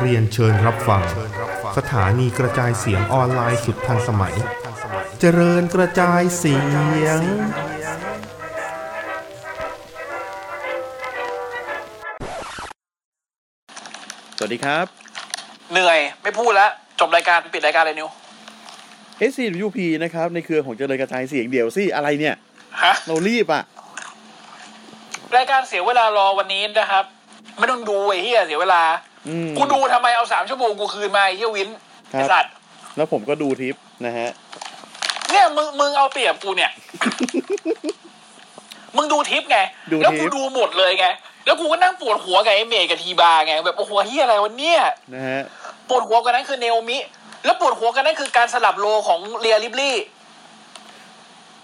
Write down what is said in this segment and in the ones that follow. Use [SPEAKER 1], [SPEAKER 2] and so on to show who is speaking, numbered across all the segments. [SPEAKER 1] เรียนเชิญรับฟัง สถานีกระจายเสียงออนไลน์สุดทันสมัย เจริญกระจายเสียง
[SPEAKER 2] สวัสดีครับ
[SPEAKER 3] เหนื่อย ไม่พูดแล้ว จบรายการปิดรายการเลยนิว
[SPEAKER 2] SCWP นะครับ ในเครือของเจริญกระจายเสียงเดี่ยวสิอะไรเนี่ย
[SPEAKER 3] ฮะ
[SPEAKER 2] เรารีบอ่ะ
[SPEAKER 3] รายการเสียเวลารอวันนี้นะครับ ไม่ต้องดูไอ้เหี้ยเสียเวลา
[SPEAKER 2] อืม
[SPEAKER 3] กูดูทำไมเอาสามชั่วโมงกูคืนมาไอ้เหี้ยวิน
[SPEAKER 2] ครับ
[SPEAKER 3] ไอ้สัตว์
[SPEAKER 2] แล้วผมก็ดูทิปนะฮะ
[SPEAKER 3] เนี่ยมึงมึงเอาเปรียบกูเนี่ย มึงดูทิปไง
[SPEAKER 2] ดูทิป
[SPEAKER 3] แล้วกูดูหมดเลยไง แล้วกูก็นั่งปวดหัวกับไอ้เมย์กับทีบาร์ไง แบบโอ้โหเหี้ยอะไรวันเนี้ย
[SPEAKER 2] นะฮะ
[SPEAKER 3] ปวดหัวกันนั้นคือเนโอมิ แล้วปวดหัวกันนั้นคือการสลับโลของเรียลิบลี่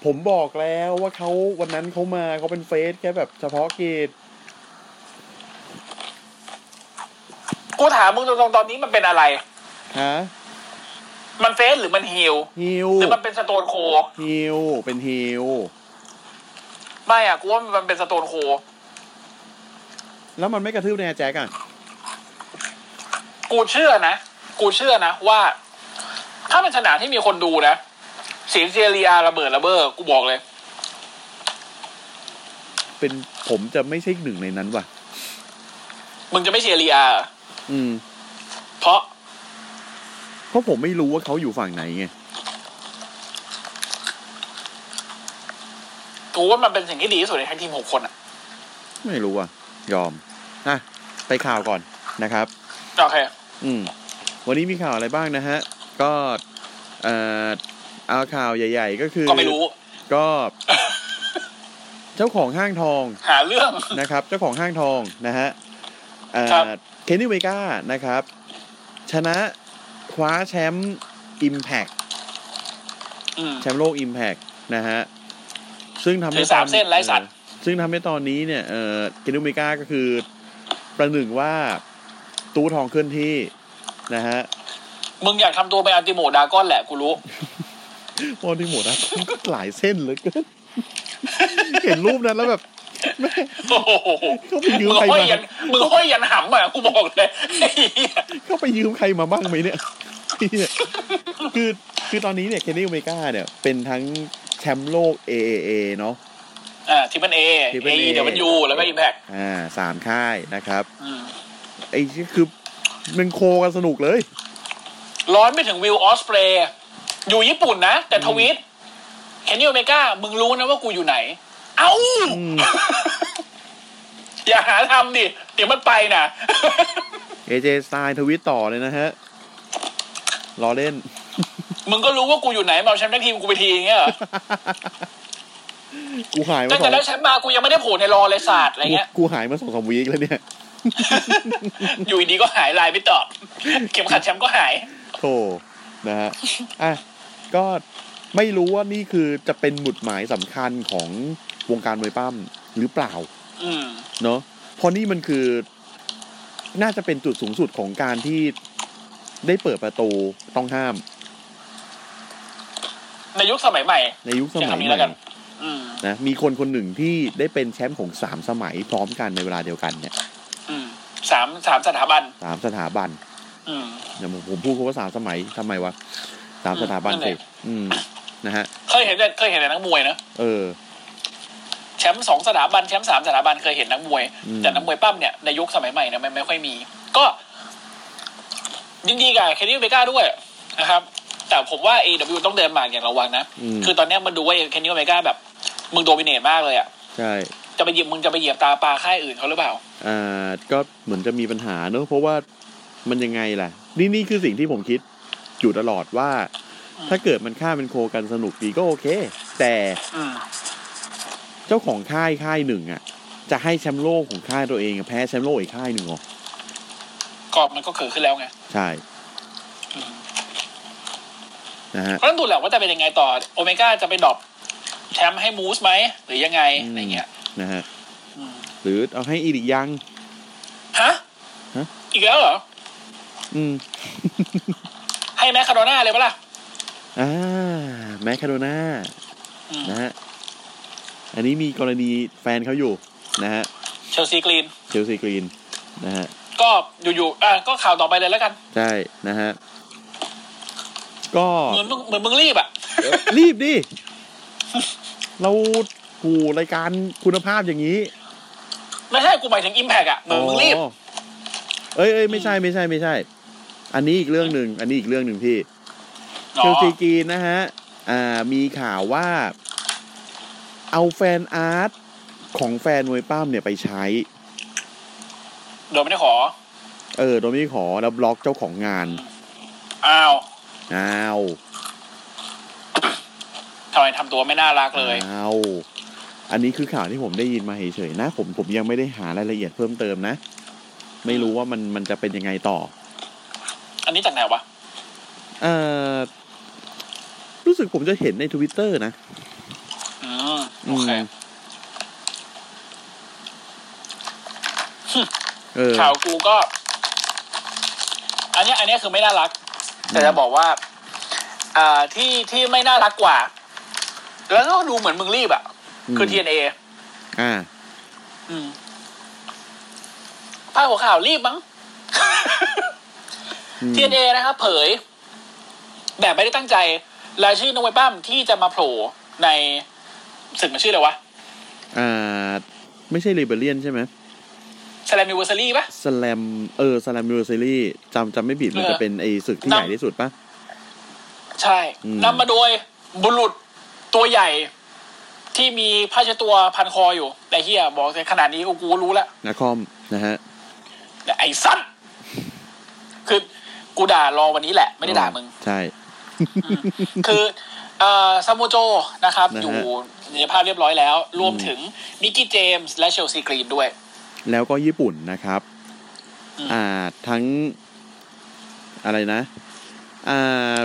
[SPEAKER 2] ผมบอกแล้วว่าเขาวันนั้นเขามาเขาเป็นเฟสแค่แบบเฉพาะกิจ
[SPEAKER 3] กูถามมึงตรงๆตอนนี้มันเป็นอะไร
[SPEAKER 2] ฮะ
[SPEAKER 3] มันเฟสหรือมันฮิล
[SPEAKER 2] ฮิว
[SPEAKER 3] หรือมันเป็นสโตนโค
[SPEAKER 2] ฮิวเป็นฮิว
[SPEAKER 3] ไม่อะกูว่ามันเป็นสโตนโค
[SPEAKER 2] แล้วมันไม่กระทืบแนแจ็คอ่ะ
[SPEAKER 3] กูเชื่อนะ กูเชื่อนะว่า ถ้าเป็นสนามที่มีคนดูนะเสียงเซียรีอาระเบิดระเบ้อกูบอกเลย
[SPEAKER 2] เป็นผมจะไม่ใช่หนึ่งในนั้นว่ะ
[SPEAKER 3] มึงจะไม่เซียรีอา
[SPEAKER 2] อืม
[SPEAKER 3] เพราะ
[SPEAKER 2] เพราะผมไม่รู้ว่าเขาอยู่ฝั่งไหนไง
[SPEAKER 3] กูว่ามันเป็นสิ่งที่ดีที่สุดในทั้งทีมหกคนอะ
[SPEAKER 2] ไม่รู้อ่ะ ยอมอ่ะไปข่าวก่อนนะครับ
[SPEAKER 3] โอเค
[SPEAKER 2] อืมวันนี้มีข่าวอะไรบ้างนะฮะ ก็เอ่อเอาข่าวใหญ่ ๆ ก็คือ
[SPEAKER 3] ก็ไม่รู้
[SPEAKER 2] ก็ เจ้าของห้างทอง
[SPEAKER 3] หาเรื่อง
[SPEAKER 2] นะครับ เจ้าของห้างทองนะฮะเอ่
[SPEAKER 3] ครับ
[SPEAKER 2] อเคนนี่เวก้านะครับ ชนะคว้าแชมป์อิมแพก
[SPEAKER 3] อืม
[SPEAKER 2] แชมป์โลกอิมแพกนะฮะ ซึ่งทำให้
[SPEAKER 3] ถือสาม
[SPEAKER 2] ตอ
[SPEAKER 3] เส้นไร้สัตว์
[SPEAKER 2] เออซึ่งทำให้ตอนนี้เนี่ยเอ่อเคนนี่เวก้าก็คือ ประหนึ่งว่าตู้ทองเคลื่อนที่นะฮะ
[SPEAKER 3] มึงอยากทำตัวเป็นอันติโมดาก้อนแหละ กูรู้
[SPEAKER 2] โอ้นี่หมดนะ หลายเส้นเหลยก็เห็นรูปนั้นแล้วแบบ
[SPEAKER 3] โอ้โห
[SPEAKER 2] เขาไปยื
[SPEAKER 3] มึ
[SPEAKER 2] ม
[SPEAKER 3] ง
[SPEAKER 2] ใครมา
[SPEAKER 3] ห้อยยันมึงห้อยยันหำอะกูบอกเลยไอ้เหี้ย
[SPEAKER 2] เข้าไปยืมใครมาบ้างไหมเนี่ย เนี่ยคือคือตอนนี้เนี่ยเคนนี่โอเมก้าเนี่ย เป็นทั้งแชมป์โลก AAA เนาะ
[SPEAKER 3] อ่าทิมันเอ
[SPEAKER 2] ที่เป็
[SPEAKER 3] เอน
[SPEAKER 2] A
[SPEAKER 3] เดี๋ยวมันยูแล้วก็อิมแพก
[SPEAKER 2] อ่าสามค่ายนะครับ ไอ้ที่คือมันโคกันสนุกเลย
[SPEAKER 3] ร้อนไม่ถึงวิวออสเปรย์อยู่ญี่ปุ่นนะ แต่ทวีตเคนนี่โอเมก้ามึงรู้นะว่ากูอยู่ไหน เอ้า
[SPEAKER 2] อืม
[SPEAKER 3] อย่าหาทำดิ เดี๋ยวมันไปนะ
[SPEAKER 2] AJ สไตล์ทวิตต่อเลยนะฮะรอเล่น
[SPEAKER 3] มึงก็รู้ว่ากูอยู่ไหนมาเอาแชมป์ทั้งทีมกูไปทีอย่างเงี้ยเหรอ
[SPEAKER 2] กูหายมา
[SPEAKER 3] ตั้ง
[SPEAKER 2] ส
[SPEAKER 3] แต่
[SPEAKER 2] อง
[SPEAKER 3] ได้แชมป์มากูยังไม่ได้โผล่ในรอเลยศาสตร์อะไรเงี้ย
[SPEAKER 2] กูหายมาสองสามวีคแล้วเนี่ย
[SPEAKER 3] อยู่ดีก็หายไลน์ไม่ตอบ เข็มขัดแชมป์ก็หาย
[SPEAKER 2] โธ่นะฮะ อ่ะ ก็ไม่รู้ว่านี่คือจะเป็นหมุดหมายสำคัญของวงการมวยปั้มหรือเปล่า
[SPEAKER 3] อืม
[SPEAKER 2] เนาะเพราะนี่มันคือ น่าจะเป็นจุดสูงสุดของการที่ได้เปิดประตูต้องห้าม
[SPEAKER 3] ในยุคสมัยใหม่
[SPEAKER 2] ในยุคส
[SPEAKER 3] ใช้
[SPEAKER 2] มัย
[SPEAKER 3] คำนี้
[SPEAKER 2] ให
[SPEAKER 3] แล้วกั
[SPEAKER 2] ม่
[SPEAKER 3] น อืม
[SPEAKER 2] นะ มีคนคนหนึ่งที่ได้เป็นแชมป์ของสามสมัยพร้อมกันในเวลาเดียวกันเนี่ย
[SPEAKER 3] อืม สามสามสถาบัน
[SPEAKER 2] สามสถาบัน
[SPEAKER 3] อืม
[SPEAKER 2] อย่าผมผมพูดคำว่าสามสมัยทำไมวะสามสถาบัน
[SPEAKER 3] นั่นแห
[SPEAKER 2] สิ
[SPEAKER 3] ละ
[SPEAKER 2] อืม นะฮะ
[SPEAKER 3] เคยเห็นแต่เคยเห็นแต่นักมวยนะ
[SPEAKER 2] เออ
[SPEAKER 3] แชมป์สองสถาบันแชมป์สามสถาบันเคยเห็นนักมวย
[SPEAKER 2] อืม
[SPEAKER 3] แต่นักมวยปั้มเนี่ยในยุคสมัยใหม่เนี่ยมันไม่ค่อยมี ก็ยินดีกับเคนนี่โอเมก้าด้วยนะครับ แต่ผมว่า AW ต้องเดินหมากอย่างระวังนะ
[SPEAKER 2] อืม
[SPEAKER 3] คือตอนเนี้ยมันดูว่าเคนนี่โอเมก้าแบบ มึงโดมิเนตมากเลยอ่ะ
[SPEAKER 2] ใช่
[SPEAKER 3] จะไปเหยียบมึงจะไปเหยียบตาปลาค่ายอื่นเขาหรือเปล่า
[SPEAKER 2] อ่าก็เหมือนจะมีปัญหาเนอะเพราะว่ามันยังไงล่ะ นี่นี่คือสิ่งที่ผมคิดอยู่ตลอดว่า
[SPEAKER 3] อืม
[SPEAKER 2] ถ้าเกิดมันค่าเป็นโคกันสนุกดีก็โอเค แต่
[SPEAKER 3] อืม
[SPEAKER 2] เจ้าของค่ายค่ายหนึ่งอ่ะ จะให้แชมป์โลกของค่ายตัวเองอะแพ้แชมป์โลกอีกค่ายหนึ่งเหรอ
[SPEAKER 3] ก็มันก็เกิดขึ้นแล้วไง
[SPEAKER 2] ใช่
[SPEAKER 3] อืม
[SPEAKER 2] นะฮะ
[SPEAKER 3] เพราะฉะนั้นดูแหละว่าจะเป็นยังไงต่อโอเมก้าจะไปดรอปแชมป์ให้มูสไหมหรือยังไง
[SPEAKER 2] อืม
[SPEAKER 3] อะไรเงี้ย
[SPEAKER 2] นะฮะ
[SPEAKER 3] อืม
[SPEAKER 2] หรือเอาให้อีริกยัง
[SPEAKER 3] ฮะ
[SPEAKER 2] ฮะ
[SPEAKER 3] อีกแล้วเหรอ
[SPEAKER 2] อืม
[SPEAKER 3] ให้แมคคาโดน่าเลยปะล่ะ
[SPEAKER 2] อ่าแมคคาโดนา
[SPEAKER 3] อืม
[SPEAKER 2] นะฮะ อันนี้มีกรณีแฟนเขาอยู่นะฮะ
[SPEAKER 3] เชลซีกรีน
[SPEAKER 2] เชลซีกรีนนะฮะ
[SPEAKER 3] ก็อยู่ๆอ่ะก็ข่าวต่อไปเลยแล้วกัน
[SPEAKER 2] ใช่นะฮะ ก็
[SPEAKER 3] เหมือนมึงเหมือนมึงรีบอ่ะ
[SPEAKER 2] รีบดิ เรากูรายการคุณภาพอย่างนี้
[SPEAKER 3] ไม่ใช่กูหมายถึงอิมแพกอ่ะเหมือนมึงรีบ
[SPEAKER 2] อ๋อเอ้ยเอ้ยไม่ใช่ไม่ใช่ไม่ใช่ อันนี้อีกเรื่องหนึ่งอันนี้อีกเรื่องหนึ่งพี่ เชลซีกรีนนะฮะ อ่า มีข่าวว่า เอาแฟนอาร์ตของแฟนมวยป้ามเนี่ยไปใช้
[SPEAKER 3] โดยไม่ได้ขอ
[SPEAKER 2] เออ โดยไม่ขอแล้วบล็อกเจ้าของงาน
[SPEAKER 3] อ้าว
[SPEAKER 2] อ้าว
[SPEAKER 3] ทำไมทำตัวไม่น่ารักเลย
[SPEAKER 2] อ้าว อันนี้คือข่าวที่ผมได้ยินมาเฉยๆนะ ผมผมยังไม่ได้หารายละเอียดเพิ่มเติมนะ ไม่รู้ว่ามันมันจะเป็นยังไงต่อ
[SPEAKER 3] อันนี้จากไหนวะ
[SPEAKER 2] เออรู้สึกผมจะเห็นในทวิตเตอร์นะ
[SPEAKER 3] อืมโอเค
[SPEAKER 2] อืม เออ
[SPEAKER 3] ข่าวกูก็ อันเนี้ยอันเนี้ยคือไม่น่ารัก แต่จะบอกว่า อ่าที่ที่ไม่น่ารักกว่า แล้วก็ดูเหมือนมึงรีบอ่ะ คือ
[SPEAKER 2] ม
[SPEAKER 3] TNA
[SPEAKER 2] อ่า
[SPEAKER 3] อืมพาดหัวข่าวรีบมั้ง
[SPEAKER 2] อืม
[SPEAKER 3] TNA นะครับเผย แบบไม่ได้ตั้งใจรายชื่อน้องไวปั้มที่จะมาโผล่ในศึกมันชื่ออะไรวะ
[SPEAKER 2] อ่า ไม่ใช่เรเบเลียนใช่ไหม
[SPEAKER 3] แซลมิวเวอร์ซารีปะ
[SPEAKER 2] สแลมเออสแลมยูนิเซรีจำจำไม่ผิดมัน
[SPEAKER 3] เออ
[SPEAKER 2] จะเป็นไอ้ศึกที่
[SPEAKER 3] นำ
[SPEAKER 2] ใหญ่ที่สุดปะ
[SPEAKER 3] ใช่
[SPEAKER 2] อืม
[SPEAKER 3] นำมาโดยบุรุษตัวใหญ่ ที่มีผ้าเช็ดตัวพันคออยู่แต่เฮียบอกเลยขนาดนี้กูกูรู้แล้ว
[SPEAKER 2] นาคอมนะฮะ
[SPEAKER 3] แต่ไอ้สัตว์คือกูด่ารอวันนี้แหละ ไม่ได้ด่ามึง
[SPEAKER 2] ใช่
[SPEAKER 3] คือเอ่อซามูโจนะครับ
[SPEAKER 2] นะฮะ
[SPEAKER 3] อยู่ในสภาพเรียบร้อยแล้ว รวมถึงมิกกี้เจมส์และเชลซีกรีนด้วย
[SPEAKER 2] แล้วก็ญี่ปุ่นนะครับ
[SPEAKER 3] อืม
[SPEAKER 2] อ่าทั้ง อะไรนะ อ่า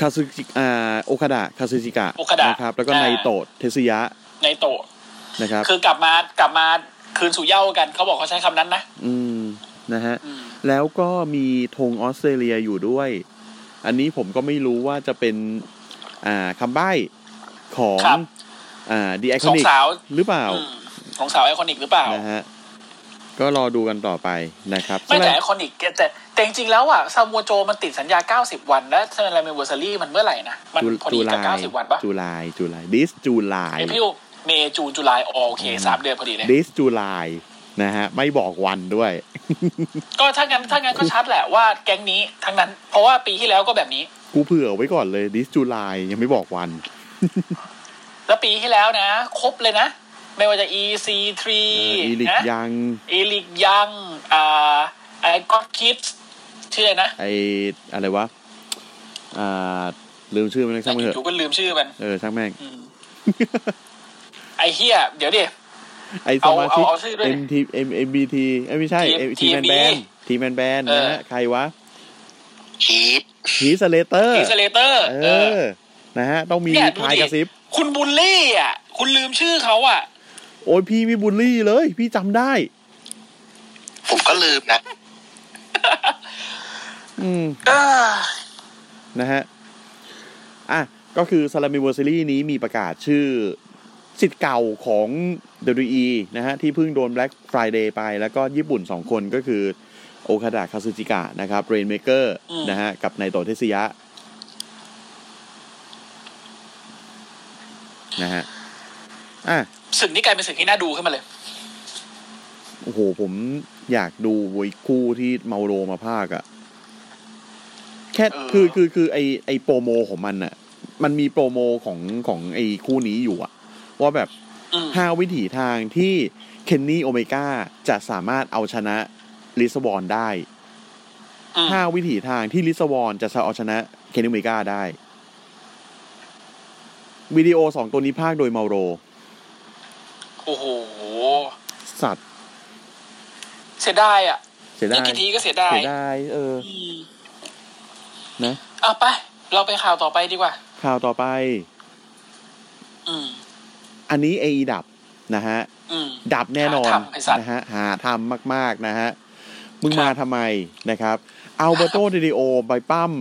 [SPEAKER 2] คาซึจิอ่าโอคาดะคาซึจิกะ
[SPEAKER 3] โอคาดะ
[SPEAKER 2] นะครับ แล้วก็
[SPEAKER 3] อ่า
[SPEAKER 2] ไนโตะเทสึยะ
[SPEAKER 3] ในโตะ
[SPEAKER 2] นะครับ
[SPEAKER 3] คือกลับมากลับมาคืนสู่เหย้ากัน เขาบอกเขาใช้คำนั้นนะ
[SPEAKER 2] อืมนะฮะ
[SPEAKER 3] อืม
[SPEAKER 2] แล้วก็มีธงออสเตรเลียอยู่ด้วย อันนี้ผมก็ไม่รู้ว่าจะเป็น อ่าคำใบ้ของ
[SPEAKER 3] ครับ
[SPEAKER 2] อ่าดีไอคอ
[SPEAKER 3] สอง
[SPEAKER 2] นิก
[SPEAKER 3] สาว
[SPEAKER 2] หรือเปล่า
[SPEAKER 3] อืมของสาวไอคอนิกหรือเปล่า
[SPEAKER 2] นะฮะ ก็รอดูกันต่อไปนะครับ
[SPEAKER 3] ไม่
[SPEAKER 2] สำห
[SPEAKER 3] แต่ไอ
[SPEAKER 2] รับ
[SPEAKER 3] คอนิกแต่แต่จริงๆแล้วอ่ะซามัวโจมันติดสัญญา 90 วัน และเซนไลเมนเวอร์ซารี่มันเมื่อไหร่นะ มัน
[SPEAKER 2] จุ
[SPEAKER 3] พอดีกับ 90 วันปะ
[SPEAKER 2] จุลายจุลายดิสจุลาย
[SPEAKER 3] เอพิวเมย์จูนจุลายอ๋อโอเคสามเดือนพอดีเลย
[SPEAKER 2] ดิสจุลายนะฮะ ไม่บอกวันด้วย
[SPEAKER 3] ก็ถ้างั้นถ้างั้นก็ชัดแหละว่าแก๊งนี้ทั้งนั้น เพราะว่าปีที่แล้วก็แบบนี้
[SPEAKER 2] กูเผื่อไว้ก่อนเลยดิสจุลายยังไม่บอกวัน
[SPEAKER 3] แล้วปีที่แล้วนะ ครบเลยนะ ไม่ว่าจะ EC3
[SPEAKER 2] อีลิก
[SPEAKER 3] นะ
[SPEAKER 2] ยัง
[SPEAKER 3] อีลิกยังอ่าไอคอนคิดชื่ออะไรนะ
[SPEAKER 2] ไออะไรวะ อ่า ลืมชื่อมันนะช่างมันเถ
[SPEAKER 3] อ
[SPEAKER 2] อะ
[SPEAKER 3] ยู่ๆก็ลืมชื่อมัน
[SPEAKER 2] เออช่างแม่ง
[SPEAKER 3] อืมไอเฮียเดี๋ยวดิ
[SPEAKER 2] ไอสมาชิก
[SPEAKER 3] เอาเอาชื่อด้วย
[SPEAKER 2] MT M MBT เอ้ยไม่ใช่
[SPEAKER 3] T-
[SPEAKER 2] ทีแมน
[SPEAKER 3] TMB
[SPEAKER 2] แบนทีแมนแบน
[SPEAKER 3] เออ
[SPEAKER 2] นะฮะ ใครวะ
[SPEAKER 4] ชีส
[SPEAKER 2] ฮีสเลเตอร์
[SPEAKER 3] อีสเลเตอร์
[SPEAKER 2] เออ นะฮะ ต้องมี
[SPEAKER 3] เนี่ยดู
[SPEAKER 2] ทาย
[SPEAKER 3] ดิ
[SPEAKER 2] กระซิบ
[SPEAKER 3] คุณบุลลี่อ่ะ คุณลืมชื่อเขาอ่ะ
[SPEAKER 2] โอ้ยพี่ไมีบุลลี่เลย พี่จำได้
[SPEAKER 4] ผมก็ลืมนะ
[SPEAKER 2] อืม นะฮะ อ่ะ ก็คือซาลามิเวอร์ซิลี่นี้มีประกาศชื่อสิทธิ์เก่าของ WWE นะฮะ ที่เพิ่งโดน Black Friday ไป แล้วก็ญี่ปุ่น 2 คนก็คือ โอคาดะคาซูจิกะนะครับเรนเมเกอร์
[SPEAKER 3] อืม
[SPEAKER 2] นะฮะ กับไนโตะเทสยะ นะฮะ อ่ะ
[SPEAKER 3] ศึกนี้กลายเป็นศึกที่น่าดูขึ้นมาเลย
[SPEAKER 2] โอ้โห ผมอยากดูเวยคู่ที่เมาโรมาภาคอะแค่
[SPEAKER 3] เออ
[SPEAKER 2] คือคือคือไอไอโปรโมของมันอะมันมีโปรโมของของไอคู่นี้อยู่อะว่าแบบ
[SPEAKER 3] อืม
[SPEAKER 2] ห้าวิถีทางที่เคนนี่โอเมก้าจะสามารถเอาชนะลิสบอนได้
[SPEAKER 3] อืม
[SPEAKER 2] ห้าวิถีทางที่ลิสบอนจะเอาชนะเคนนี่โอเมก้าได้วิดีโอสองตัวนี้ภาคโดยเมาโร
[SPEAKER 3] โอ้โห
[SPEAKER 2] สัตว์
[SPEAKER 3] เสียดายอ่ะ
[SPEAKER 2] เสียดา
[SPEAKER 3] นี่
[SPEAKER 2] ย
[SPEAKER 3] กี่ทีก็เสียดาย
[SPEAKER 2] เสียดายเออ
[SPEAKER 3] อืม
[SPEAKER 2] นะ
[SPEAKER 3] อ่ะไป เราไปข่าวต่อไปดีกว่า
[SPEAKER 2] ข่าวต่อไป
[SPEAKER 3] อืม
[SPEAKER 2] อันนี้เอดับนะฮะ
[SPEAKER 3] อืม
[SPEAKER 2] ดับแน่นอน
[SPEAKER 3] หาทำไอ้สัตว์
[SPEAKER 2] นะฮะหาทำมาก ๆ นะฮะ มึง
[SPEAKER 3] ครับ
[SPEAKER 2] มาทำไมนะครับ เอาเบโตเดดิโอไปปั้ม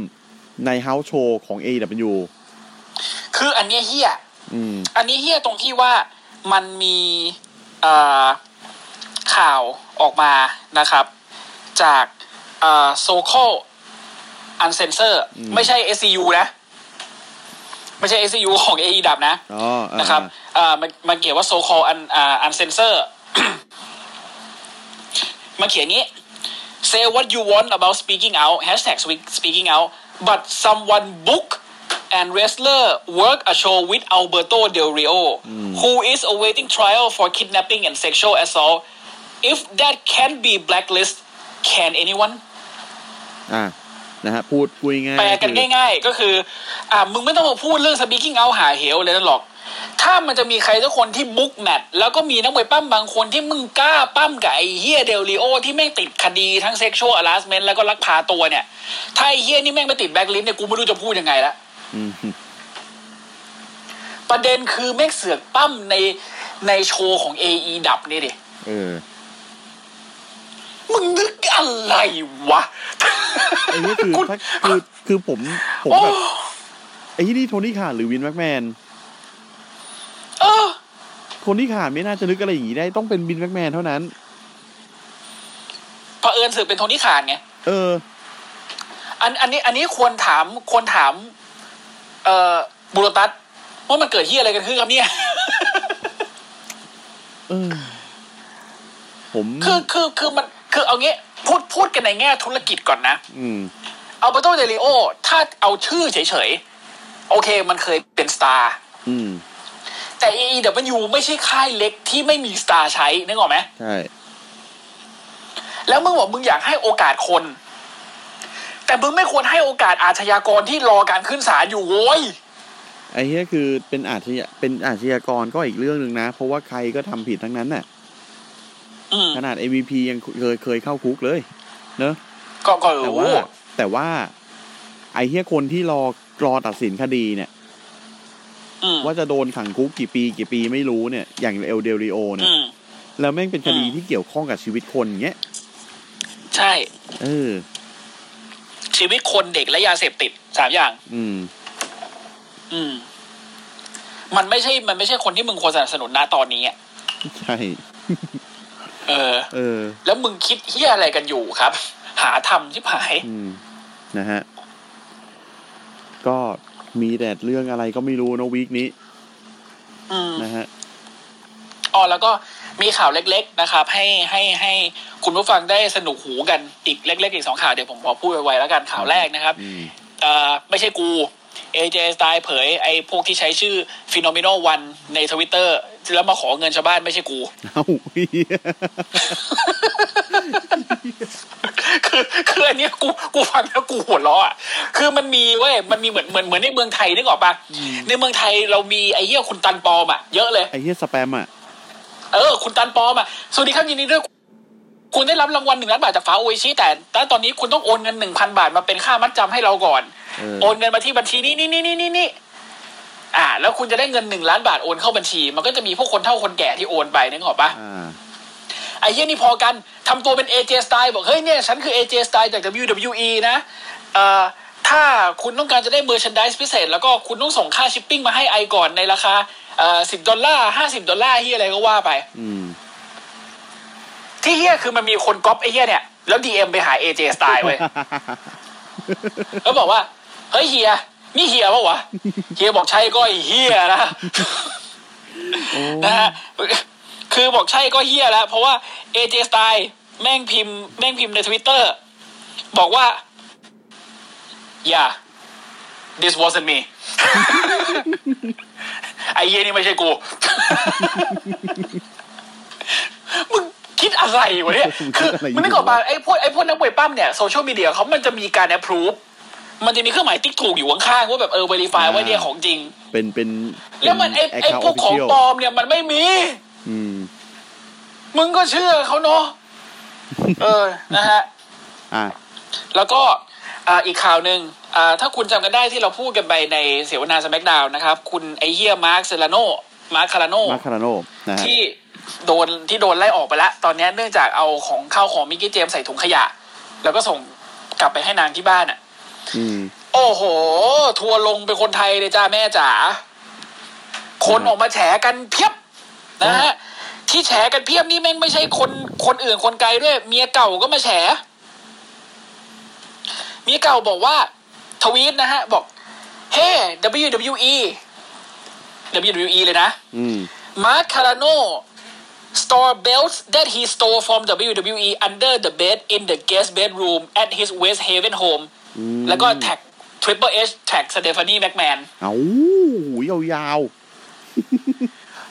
[SPEAKER 2] ในเฮาส์โชว์ของ AW
[SPEAKER 3] คืออันเนี้ยเฮีย
[SPEAKER 2] อืม
[SPEAKER 3] อันนี้เฮียตรงที่ว่า มันมีเอ่อข่าวออกมานะครับ จากโซโคอันเซนเซอร์
[SPEAKER 2] อืม
[SPEAKER 3] ไม่ใช่ SCU นะ ไม่ใช่ SCU ของ AE ดับนะ
[SPEAKER 2] อ๋ออ่า
[SPEAKER 3] นะครับเอ่อมันมันเขียนว่าโซคออันอันเซนเซอร์ มันเขียนงี้ say what you want about speaking out hashtag speaking out but someone book and wrestler work a show with Alberto Del Rio who is awaiting trial for kidnapping and sexual assault if that can be blacklist can anyone
[SPEAKER 2] อ่านะฮะพูดคุยง่าย
[SPEAKER 3] แปลกันง่ายๆ ก็คือ อ่า มึงไม่ต้องมาพูดเรื่องสปีกิ้งเอาหาเหวเลยนั่นหรอก ถ้ามันจะมีใครสักคนที่บุ๊กแมตช์แล้วก็มีนักมวยปั้มบางคนที่มึงกล้าปั้มกับไอ้เฮียเดลริโอที่แม่งติดคดีทั้งเซ็กชวลอลาสเมนแล้วก็ลักพาตัวเนี่ย ถ้าไอ้เฮียนี่แม่งไม่ติดแบล็คลิสต์เนี่ยกูไม่รู้จะพูดยังไงละ
[SPEAKER 2] อืม
[SPEAKER 3] ประเด็นคือแม่งเสือกปั้มในในโชว์ของ AE ดับนี่ดิ
[SPEAKER 2] เออ
[SPEAKER 3] มึงนึกอะไรวะ
[SPEAKER 2] ไอ้นี่คือ
[SPEAKER 3] คุณ
[SPEAKER 2] ถ้าคือคือผมผม
[SPEAKER 3] โอ้
[SPEAKER 2] แบบไอ้ที่นี่โทนี่ขาดหรือวินแม็กแมน
[SPEAKER 3] เออ
[SPEAKER 2] โทนี่ขาดไม่น่าจะนึกอะไรอย่างนี้ได้ต้องเป็นวินแม็กแมนเท่านั้น
[SPEAKER 3] เผอิญเสือกเป็นโทนี่ขานไง
[SPEAKER 2] เออ
[SPEAKER 3] อันอันนี้อันนี้ควรถามควรถาม เอ่อบุรตัสว่ามันเกิดที่อะไรกันขึ้นครับเนี่ย
[SPEAKER 2] เออ ผม
[SPEAKER 3] คือคือคือมันคือเอางี้พูดพูดกันในแง่ธุรกิจก่อนนะ
[SPEAKER 2] อืม
[SPEAKER 3] อัลเบโตเดลิโอ ถ้าเอาชื่อเฉยๆ โอเคมันเคยเป็นสตาร์
[SPEAKER 2] อืม
[SPEAKER 3] แต่ AEW ไม่ใช่ค่ายเล็กที่ไม่มีสตาร์ใช้นึกออกไหม
[SPEAKER 2] ใช่
[SPEAKER 3] แล้วมึงบอกมึงอยากให้โอกาสคน แต่มึงไม่ควรให้โอกาสอาชญากรที่รอการขึ้นศาลอยู่โว้ย
[SPEAKER 2] ไอ้เนี้ยคือเป็นอาชญาเป็นอาชญากรก็อีกเรื่องหนึ่งนะ เพราะว่าใครก็ทำผิดทั้งนั้นน่ะ
[SPEAKER 3] อืม
[SPEAKER 2] ขนาด MVP ยังเคยเคยเข้าคุกเลย เนอะ
[SPEAKER 3] ก็ก็เอ
[SPEAKER 2] แต่ว่า
[SPEAKER 3] อ
[SPEAKER 2] แต่ว่า ไอ้เฮียคนที่รอรอตัดสินคดีเนี่ย
[SPEAKER 3] อืม
[SPEAKER 2] ว่าจะโดนขังคุกกี่ปีกี่ปีไม่รู้เนี่ย อย่างเอลเดริโอเนี่
[SPEAKER 3] อื
[SPEAKER 2] ย
[SPEAKER 3] ม
[SPEAKER 2] แล้วแม่งเป็นคดี
[SPEAKER 3] อืม
[SPEAKER 2] ที่เกี่ยวข้องกับชีวิตคนเงี้ย
[SPEAKER 3] ใช่
[SPEAKER 2] เออ
[SPEAKER 3] ชีวิตคนเด็กและยาเสพติดสามอย่าง
[SPEAKER 2] อืม
[SPEAKER 3] อืม มันไม่ใช่ มันไม่ใช่คนที่มึงควรสนับสนุนนะตอนนี้อะ
[SPEAKER 2] ใช่
[SPEAKER 3] เออ
[SPEAKER 2] เออ
[SPEAKER 3] แล้วมึงคิดเฮียอะไรกันอยู่ครับ หาทำชิบหาย
[SPEAKER 2] อืม นะฮะ ก็มีแดดเรื่องอะไรก็ไม่รู้นะวีคนี้
[SPEAKER 3] อืม
[SPEAKER 2] นะฮ ะ
[SPEAKER 3] อ๋อแล้วก็มีข่าวเล็ก ๆ นะครับ ให้ให้ให้คุณผู้ฟังได้สนุกหูกันอีกเล็ก ๆ อีกสองข่าวเดี๋ยวผมขอพูดไวๆแล้วกันข่าวแรกนะครับ
[SPEAKER 2] อืม
[SPEAKER 3] เอ่อไม่ใช่กู AJ Style เผยไอ้พวกที่ใช้ชื่อ Phenomenal One ในทวิตเตอร์แล้วมาขอเงินชาวบ้านไม่ใช่กู
[SPEAKER 2] เอาเหี้ย
[SPEAKER 3] คือคืออันเนี้ยกูกูฟังแล้วกูหัวเราะอ่ะคือมันมีเว้ยมันมีเหมือนเหมือนเหมือนในเมืองไทยนึกออกปะในเมืองไทยเรามีไอ้เหี้ยคุณตันปลอมอ่ะเยอะเลย
[SPEAKER 2] ไอ้เฮียสแปมอ่ะ
[SPEAKER 3] เออคุณตันปลอมอ่ะสวัสดีครับยินดีด้วย คุณได้รับรางวัลหนึ่งล้านบาทจากฟ้าโออิชิแต่แต่ตอนนี้คุณต้องโอนเงินหนึ่งพันบาทมาเป็นค่ามัดจำให้เราก่อน
[SPEAKER 2] เออ
[SPEAKER 3] โอนเงินมาที่บัญชีนี้นี่นี่นี่นี่นี่อ่า แล้วคุณจะได้เงินหนึ่งล้านบาทโอนเข้าบัญชี มันก็จะมีพวกคนเท่าคนแก่ที่โอนไปนึกออกปะ
[SPEAKER 2] อ่า
[SPEAKER 3] ไอ้เหี้ยนี่พอกันทำตัวเป็น AJ Style บอก เฮ้ยเนี่ย ฉันคือ AJ Style จาก WWE นะเอ่อถ้าคุณต้องการจะได้เมอร์ชันดิสพิเศษ แล้วก็คุณต้องส่งค่าชิปปิ้งมาให้ไอก่อนในราคาเอ่อสิบดอลลาร์ห้าสิบดอลลาร์เฮียอะไรก็ว่าไป
[SPEAKER 2] อืม
[SPEAKER 3] ที่เฮียคือมันมีคนก๊อปไอ้เฮียเนี่ย แล้ว DM ไปหา AJ Style เว้ย แล้วบอกว่า เฮ้ยเฮีย นี่เฮียปะวะ เฮียบอกใช่ก็ไอ้เฮียนะ
[SPEAKER 2] โอ้
[SPEAKER 3] นะฮะ คือบอกใช่ก็เฮี้ยแล้ว เพราะว่า AJ Style แม่งพิมพ์แม่งพิมพ์ในทวิตเตอร์บอกว่า yeah this wasn't me ไอ้เฮียนี่ไม่ใช่ กู มึงคิดอะไรวะเนี่ย คือ
[SPEAKER 2] มึงคิดอะไรอยู่
[SPEAKER 3] มันนึกออกปะไอ้พวกไอ้พวกนักมวยปั้มเนี่ยโซเชียลมีเดียเขามันจะมีการแอปพรูฟมันจะมีเครื่องหมายติ๊กถูกอยู่ข้างๆว่าแบบเออเวรีฟายว่าเนี่ยของจริง
[SPEAKER 2] เป็นเป็น
[SPEAKER 3] แล้วมันไอ้
[SPEAKER 2] เป็
[SPEAKER 3] ไอ้
[SPEAKER 2] account
[SPEAKER 3] พวกของ
[SPEAKER 2] official
[SPEAKER 3] ปลอมเนี่ยมันไม่มี
[SPEAKER 2] อืม
[SPEAKER 3] มึงก็เชื่อเขาเนาะ เออ นะฮะ
[SPEAKER 2] อ่า
[SPEAKER 3] แล้วก็อ่าอีกข่าวหนึ่งอ่าถ้าคุณจำกันได้ที่เราพูดกันไปในเสวนาสแมกดาวนะครับ คุณไอเฮียมาร์คเซลาโน มาร์คคาราโน
[SPEAKER 2] มาคาราโนนะฮะ
[SPEAKER 3] ที่โดนที่โดนไล่ออกไปแล้ว ตอนนี้เนื่องจากเอาของข้าวของมิกกี้เจมส์ใส่ถุงขยะ แล้วก็ส่งกลับไปให้นางที่บ้านอ่ะ
[SPEAKER 2] อืม
[SPEAKER 3] โอ้โห ทัวร์ลงเป็นคนไทยเลยจ้าแม่จ๋า คนออกมาแฉกันเพียบ นะฮะที่แฉกันเพียบนี่แม่งไม่ใช่คนคนอื่นคนไกลด้วย เมียเก่าก็มาแฉ เมียเก่าบอกว่า ทวีตนะฮะ บอก เฮ้ WWE WWE เลยนะ
[SPEAKER 2] อืม
[SPEAKER 3] Mark Carano store belts that he stole from WWE under the bed in the guest bedroom at his West Haven home แล้วก็แท็ก Triple H แท็ก Stephanie McMahon
[SPEAKER 2] เอาหูยยาว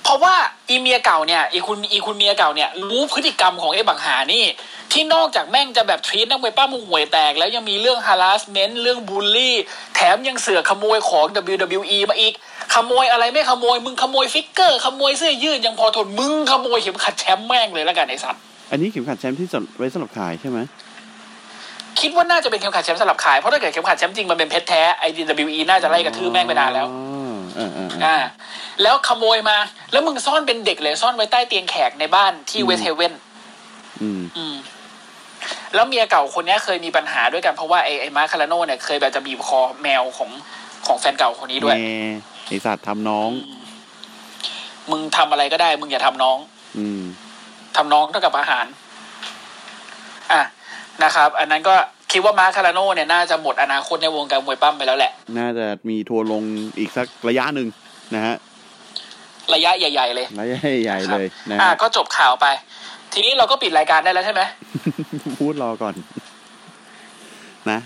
[SPEAKER 3] เพราะว่าอีเมียเก่าเนี่ยอีคุณอีคุณเมียเก่าเนี่ย รู้พฤติกรรมของไอ้บังหานี่ ที่นอกจากแม่งจะแบบทรีตนักมวยป้ามึงห่วยแตก แล้วยังมีเรื่อง harassment เรื่องบูลลี่ แถมยังเสือกขโมยของ WWE มาอีก ขโมยอะไรไม่ขโมย มึงขโมยฟิกเกอร์ ขโมยเสื้อยืดยังพอทนมึงขโมยเข็มขัดแชมป์แม่งเลยแล้วกันไอ้สัตว์
[SPEAKER 2] ๆ อันนี้เข็มขัดแชมป์ที่สำไว้สำหรับขายใช่ไหม
[SPEAKER 3] คิดว่าน่าจะเป็นเข็มขัดแชมป์สลับขาย เพราะถ้าเกิดเข็มขัดแชมป์จริงมันเป็นเพชรแท้ IDWE น่าจะไล่กระทืบแม่งไปนานแล้ว
[SPEAKER 2] อ๋อเออเออเออ
[SPEAKER 3] อ่า แล้วขโมยมา แล้วมึงซ่อนเป็นเด็กเลยซ่อนไว้ใต้เตียงแขกในบ้านที่เวสเฮเว่น
[SPEAKER 2] อืม
[SPEAKER 3] แล้วเมียเก่าคนเนี้ยเคยมีปัญหาด้วยกันเพราะว่าไอ้ไอ้มาร์คคาราโน่เนี่ยเคยแบบจะบีบคอแมวของของแฟนเก่าคนนี้ด้วย
[SPEAKER 2] แหมไอสัตว์ทำน้อง
[SPEAKER 3] มึงทำอะไรก็ได้ มึงอย่าทำน้อง
[SPEAKER 2] อืม
[SPEAKER 3] ทำน้องเท่ากับอาหาร อ่ะ นะครับ อันนั้นก็คิดว่ามาร์คคาราโน่เนี่ยน่าจะหมดอนาคตในวงการมวยปั้มไปแล้วแหละ
[SPEAKER 2] น่าจะมีทัวร์ลงอีกสักระยะหนึ่งนะฮะ
[SPEAKER 3] ระยะใหญ่ ๆ เลย
[SPEAKER 2] ระยะใหญ่ๆเลยนะ
[SPEAKER 3] อ่ะ
[SPEAKER 2] ฮะ
[SPEAKER 3] ก็จบข่าวไป ทีนี้เราก็ปิดรายการได้แล้วใช่ไหม
[SPEAKER 2] พูดรอก่อน นะ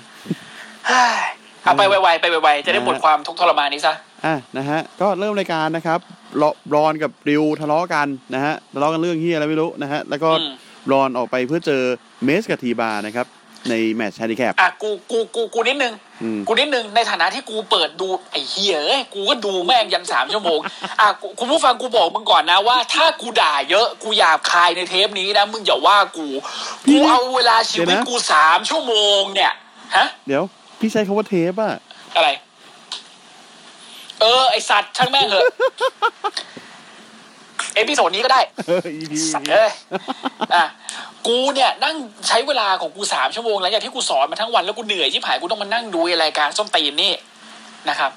[SPEAKER 3] เฮ้ยเอาไปไวๆไปไวๆจะได้หมดความทุกข์ทรมานนี้ซะ
[SPEAKER 2] อ่ะนะฮะ ก็เริ่มรายการนะครับรอบรอนกับริวทะเลาะกันนะฮะทะเลาะกันเรื่องเฮียอะไรไม่รู้นะฮะ แล้วก็
[SPEAKER 3] อืม
[SPEAKER 2] รอนออกไปเพื่อเจอเมสกับทีบาร์นะครับ ในแมตช์แฮนดิแคป
[SPEAKER 3] อ่ะกูกูกูกูนิดนึง
[SPEAKER 2] อืม
[SPEAKER 3] กูนิดนึง ในฐานะที่กูเปิดดูไอ้เหี้ยเอ้ยกูก็ดูแม่งยันสามชั่วโมง อ่ะกูคุณผู้ฟังกูบอกมึงก่อนนะว่า ถ้ากูด่าเยอะกูหยาบคายในเทปนี้นะ มึงอย่าว่ากู กูเอาเวลาชีวิตกูสามชั่วโมงเนี่ย ฮะ
[SPEAKER 2] เดี๋ยว พี่ใช้คาว่าเทปอะ
[SPEAKER 3] อะไร เออ ไอสัตว์ช่างแม่งเหอะเอพิโซดนี้ก็ได้
[SPEAKER 2] เอออีพี
[SPEAKER 3] สัตว์เอ้ยอ่ะ กูเนี่ยนั่งใช้เวลาของกูสามชั่วโมงหลังจากที่กูสอนมาทั้งวันแล้วกูเหนื่อยที่ผายกูต้องมานั่งดูไอ้รายการส้มตีนนี่นะครับ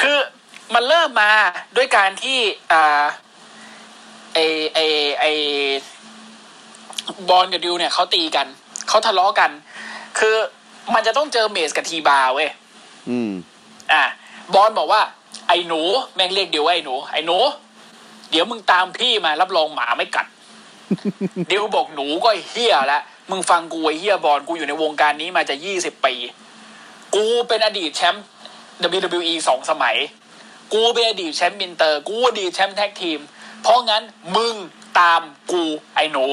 [SPEAKER 3] คือมันเริ่มมาด้วยการที่อ่าไอไอไอบอลกับดิวเนี่ยเขาตีกัน เขาทะเลาะกัน คือมันจะต้องเจอเมสกับทีบาร์เว้ย
[SPEAKER 2] อืม
[SPEAKER 3] อ่ะบอลบอกว่า ไอ้หนู แม่งเรียกเดียวว่าไอ้หนู ไอ้หนู เดี๋ยวมึงตามพี่มารับรองหมาไม่กัด เดียวบอกหนูก็เฮี้ยละมึงฟังกูไอ้เฮี้ยบอลกูอยู่ในวงการนี้มาจะยี่สิบปี กูเป็นอดีตแชมป์ WWE สองสมัย กูเป็นอดีตแชมป์มินเตอร์ กูอดีตแชมป์แท็กทีม เพราะงั้นมึงตามกูไอ้หนู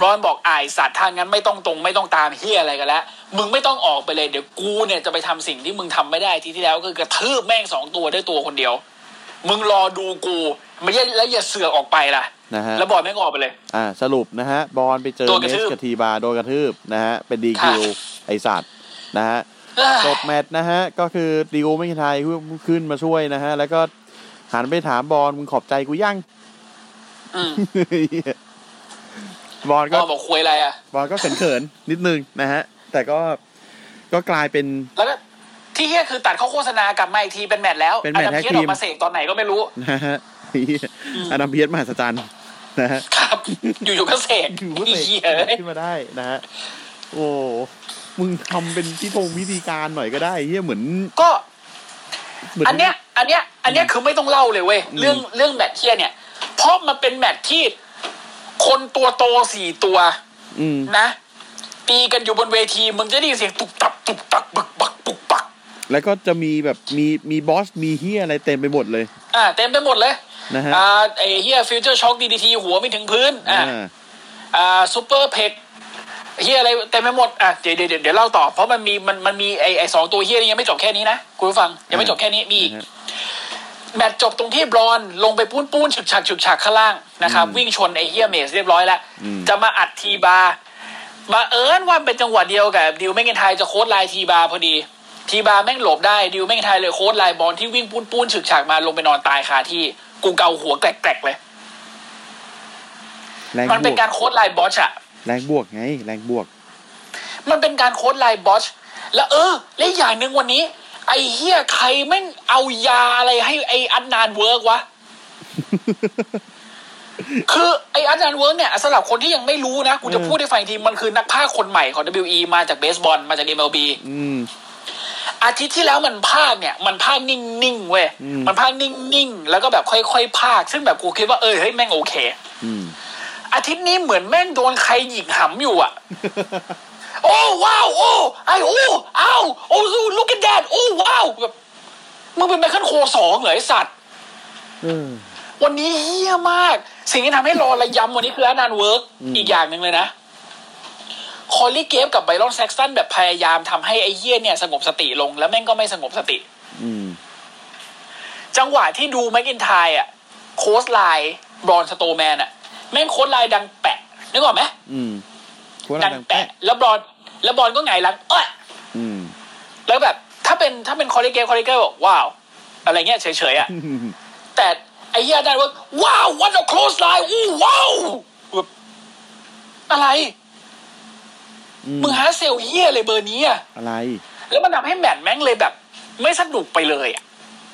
[SPEAKER 3] บรอนบอกอายสัตว์ถ้างั้นไม่ต้องตรงไม่ต้องตามเฮียอะไรกันแล้ว มึงไม่ต้องออกไปเลยเดี๋ยวกูเนี่ยจะไปทำสิ่งที่มึงทำไม่ได้ที่ที่แล้วก็คือกระทืบแม่งสองตัวด้วยตัวคนเดียว มึงรอดูกูไม่ใช่แล้วอย่าเสือกออกไปล่ะ
[SPEAKER 2] นะฮะ
[SPEAKER 3] แล้วบอลแม่งก็ออกไปเลย
[SPEAKER 2] อ่าสรุปนะฮะ บอลไปเจอ
[SPEAKER 3] โดน
[SPEAKER 2] เม
[SPEAKER 3] กระทื
[SPEAKER 2] ส
[SPEAKER 3] บ
[SPEAKER 2] กับทีบาร์โดนกระทืบนะฮะ เป็นดีคิว
[SPEAKER 3] ค่ะ
[SPEAKER 2] ไอสัตว์นะฮะ จบแมตช์นะฮะ ก็คือดิวไม่ทายขึ้นมาช่วยนะฮะ แล้วก็หันไปถามบอลมึงขอบใจกูยัง
[SPEAKER 3] อืม
[SPEAKER 2] บอล
[SPEAKER 3] บ
[SPEAKER 2] ก็
[SPEAKER 3] อลบอกคุยอะไรอ่ะ
[SPEAKER 2] บอลก็เขินๆนิดนึงนะฮะ แต่ก็ก็กลายเป็น
[SPEAKER 3] แล้วก็ที่เฮียคือตัดเข้าโฆษณากลับมาอีกทีเป็นแมตช์แล้ว
[SPEAKER 2] เป็นแม
[SPEAKER 3] อา
[SPEAKER 2] ตช์
[SPEAKER 3] จารย์
[SPEAKER 2] แท็กที
[SPEAKER 3] เพียรอ
[SPEAKER 2] ม
[SPEAKER 3] อกมาเสกตอนไหนก็ไม่รู้
[SPEAKER 2] นะฮะไอ้เหี้ยอดัมเพียสมหัศจรรย์นะฮะ
[SPEAKER 3] ครับ อยู่ๆก็เสก
[SPEAKER 2] อยู่ก็เตะ
[SPEAKER 3] ไเฮียเอ้ย
[SPEAKER 2] ขึ้นมาได้นะฮะโอ้มึงทำเป็นพิธงวิธีการหน่อยก็ได้เฮียเหมือน
[SPEAKER 3] ก็
[SPEAKER 2] เหมือน
[SPEAKER 3] อันเนี้ย อันเนี้ย อันเนี้ยคือไม่ต้องเล่าเลยเว้ย
[SPEAKER 2] อืม
[SPEAKER 3] เรื่องเรื่องแมตช์เฮียเนี่ยเพราะมันเป็นแมตช์ที่คนตัวโตสี่ตัว
[SPEAKER 2] อืม
[SPEAKER 3] นะ ตีกันอยู่บนเวทีมึงจะได้ยินเสียงตุกตับตุกตักบึกบักปุกปัก
[SPEAKER 2] แล้วก็จะมีแบบมีมีบอสมีเฮียอะไรเต็มไปหมดเลย
[SPEAKER 3] อ่า เต็มไปหมดเลย
[SPEAKER 2] นะฮะ
[SPEAKER 3] อ่าไอเฮียฟิวเจอร์ช็อคดีดีทีหัวไม่ถึงพื้นอ่า
[SPEAKER 2] อ่า
[SPEAKER 3] อ่าซูเปอร์เพกเฮียอะไรเต็มไปหมดอ่ะเดี๋ยวเดี๋ยวเดี๋ยวเดี๋ยวเล่าต่อ เพราะมันมีมันมันมีไอไอสองตัวเฮียนี่ยังไม่จบแค่นี้นะคุณผู้ฟังยังไม่จบแค่นี้มีอีก
[SPEAKER 2] นะฮะ
[SPEAKER 3] แมตช์จบตรงที่บรอนลงไปปูนปูนฉึกฉักฉึกฉักข้างล่างนะครับวิ่งชนไอเฮียเมสเรียบร้อยแล้ว จะมาอัดทีบาร์มาเอิญว่าเป็นจังหวะเดียวกับดิวแมกเกนไทยจะโค้ดไลน์ทีบาร์พอดี ทีบาร์แม่งหลบได้ดิวแมกเกนไทยเลยโค้ดไลน์บอลที่วิ่งปูนปูนฉึกฉักมาลงไปนอนตายคาที่กูเกาหัวแกลกๆเลย
[SPEAKER 2] แรง
[SPEAKER 3] มัน
[SPEAKER 2] บ
[SPEAKER 3] เป็น
[SPEAKER 2] วก
[SPEAKER 3] การโค้ดไลน์บอชอะ
[SPEAKER 2] แรงบวกไง แรงบวก
[SPEAKER 3] มันเป็นการโค้ดไลน์บอชแล้วเออ และอีกอย่างหนึ่ งวันนี้ ไอ้เฮียใครแม่งเอายาอะไรให้ไอ้อัดนานเวิร์กวะ คือไออาจารย์เวิร์กเนี่ยสำหรับคนที่ยังไม่รู้นะ กูจะพูดให้ฟังอีกทีมันคือนักพากย์คนใหม่ของ WE มาจากเบสบอลมาจาก MLB
[SPEAKER 2] อืม
[SPEAKER 3] อาทิตย์ที่แล้วมันพากย์เนี่ย มันพากย์นิ่งๆเว้ย
[SPEAKER 2] อืม
[SPEAKER 3] มันพากย์นิ่งๆแล้วก็แบบค่อยๆพากย์ซึ่งแบบกูคิดว่าเออเฮ้ยแม่งโอเค
[SPEAKER 2] อืม
[SPEAKER 3] อาทิตย์นี้เหมือนแม่งโดนใครหยิกหำอยู่อะ โอ้ว้าวโอ้ไอโอ้อ้าวโอ้ซูลูกกันแดดโอ้ว้าวแบบมึงเป็นไมเคิลโคสองเหรอไอสัตว์
[SPEAKER 2] เออ
[SPEAKER 3] วันนี้เฮี้ยมาก สิ่งที่ทำให้รอระยำวันนี้คืออานันเวิร์กอีกอย่างหนึ่งเลยนะ คอลลี่เกฟกับไบรอนแซกซันแบบพยายามทำให้ไอ้เฮี้ยเนี่ยสงบสติลงแล้วแม่งก็ไม่สงบสติ
[SPEAKER 2] อืม
[SPEAKER 3] จังหวะที่ดูแม็กอินไทายอ่ะ โค้ชไลน์บรอนสโตแมนอ่ะ แม่งโค้ชไลน์ดังแปะนึกออกไหม
[SPEAKER 2] อืมโคตร
[SPEAKER 3] ดัง
[SPEAKER 2] ดัง
[SPEAKER 3] แปะ แล้วบอลแล้วบอลก็ไงายหลังเอ้ย
[SPEAKER 2] อืม
[SPEAKER 3] แล้วแบบ ถ้าเป็นถ้าเป็นคอลเลกเกมคอลเลกเกมบอกว้าว อะไรเงี้ยเฉยๆอ่ะ แต่ไอ้เหี้ยได้ว่าว้าววัน c อ o s e line อู้ว้าวแบบอะไร
[SPEAKER 2] อืม
[SPEAKER 3] มึงหาเซลลเหี้ยเลยเบอร์นี้อ่ะ
[SPEAKER 2] อะไร
[SPEAKER 3] แล้วมันทำให้แมตช์แม่งเลยแบบ ไม่สนุกไปเลยอ่ะ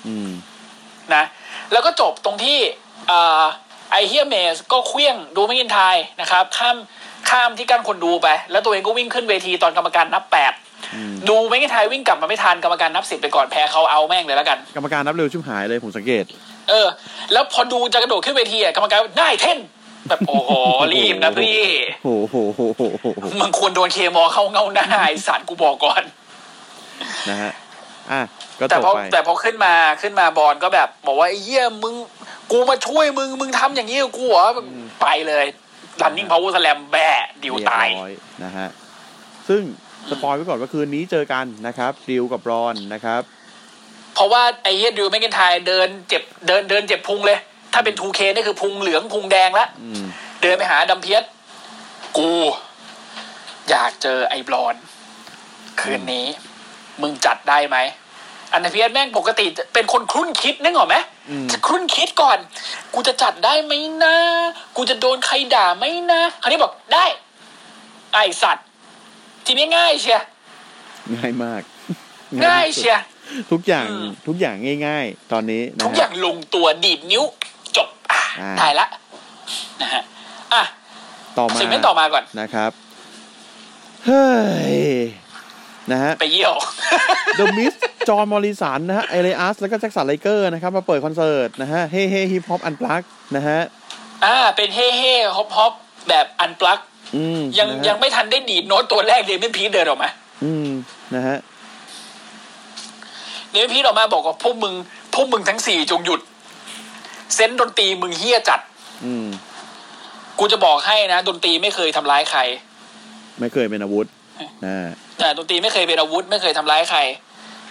[SPEAKER 2] อืม
[SPEAKER 3] นะ แล้วก็จบตรงที่เอ่อไอเฮียเมสก็เคลี้ยงดูไม่ยินไทายนะครับ ข้ามข้ามที่กั้นคนดูไป แล้วตัวเองก็วิ่งขึ้นเวทีตอนกรรมการนับแปดดูไม่ยินไทายวิ่งกลับมาไม่ทันกรรมการนับสิบไปก่อนแพ้เขาเอาแม่งเลยแล้วกัน
[SPEAKER 2] กรรมการนับเร็วชิบหายเลยผมสังเกต
[SPEAKER 3] เออ แล้วพอดูจะกระโดดขึ้นเวทีอะกรรมการได้เท่นแบบโอ้โหรีบนะพี่
[SPEAKER 2] โหโหโหโหโหโห
[SPEAKER 3] มึงควรโดนเคมอเข้าเงาหน้าไอสัตว์กูบอกก่อน
[SPEAKER 2] นะฮะ อ่ะ ก็
[SPEAKER 3] แต่
[SPEAKER 2] จบ
[SPEAKER 3] พอ
[SPEAKER 2] ไป
[SPEAKER 3] แต่พอขึ้นมาขึ้นมาบอลก็แบบ บอกว่าไอ้เหี้ยมึง กูมาช่วยมึง มึงทำอย่างนี้กับกูเหรอไปเลยรันนิ่งพาวเวอร์สแลมแบะดิวตาย
[SPEAKER 2] เรีบร้อนะฮะ ซึ่งสปอยไว้ก่อนว่าคืนนี้เจอกันนะครับดิวกับบรอนนะครับ
[SPEAKER 3] เพราะว่าไอ้เหี้ยดิวแมกกินไทยเดินเจ็บเดินเดินเจ็บพุงเลย ถ้าเป็น 2K นี่คือพุงเหลืองพุงแดงละ
[SPEAKER 2] อืม
[SPEAKER 3] เดินไปหาดัมเพียสกู อยากเจอไอ้บรอน คืนนี้ มึงจัดได้ไหม อันดัมเพียสแม่งปกติจะเป็นคนครุ่นคิดนึกออกไหม
[SPEAKER 2] อืม
[SPEAKER 3] จะครุ่นคิดก่อน กูจะจัดได้ไหมนะ กูจะโดนใครด่าไหมนะคราวนี้บอกได้ ไอสัตว์ทีนี้ง่ายเชีย
[SPEAKER 2] ง่ายมาก
[SPEAKER 3] ง่าย
[SPEAKER 2] สุด
[SPEAKER 3] เชีย
[SPEAKER 2] ทุกอย่าง
[SPEAKER 3] อืม
[SPEAKER 2] ทุกอย่างง่าย ๆ ตอนนี้นะ
[SPEAKER 3] ทุกอ
[SPEAKER 2] ฮะ
[SPEAKER 3] ย่างลงตัวดีดนิ้วจบอ่ะ
[SPEAKER 2] อ่า
[SPEAKER 3] ได้ละนะฮะอ่ะ
[SPEAKER 2] ต่อมา
[SPEAKER 3] สิ่งนั้นต่อมาก่อน
[SPEAKER 2] นะครับ เฮ้ย นะฮะ
[SPEAKER 3] ไปเยี่ยว
[SPEAKER 2] เดอะมิส จอห์นมอริสันนะฮะ เอเลอัส แล้วก็แจ็คสันไลเกอร์นะครับ มาเปิดคอนเสิร์ตนะฮะ เฮ้เฮ้ฮิปฮอปอันปลักนะฮะ
[SPEAKER 3] อ่า เป็นเฮ่เฮ่ฮอปฮอปแบบอันปลั๊ก
[SPEAKER 2] อืม
[SPEAKER 3] ยัง
[SPEAKER 2] นะฮะ
[SPEAKER 3] ยังไม่ทันได้ดีดโน้ตตัวแรกเดมิพีเดินออกมา
[SPEAKER 2] อืม นะฮะ
[SPEAKER 3] เดมิพีออกมาบอกว่าพวกมึง พวกมึงทั้งสี่จงหยุด เซนส์ดนตรีมึงเฮี้ยจัด
[SPEAKER 2] อืม
[SPEAKER 3] กูจะบอกให้นะ ดนตรีไม่เคยทำร้ายใคร
[SPEAKER 2] ไม่เคยเป็นอา วุธนะฮะ
[SPEAKER 3] แต่ดนตรีไม่เคยเป็นอาวุธไม่เคยทำร้ายใคร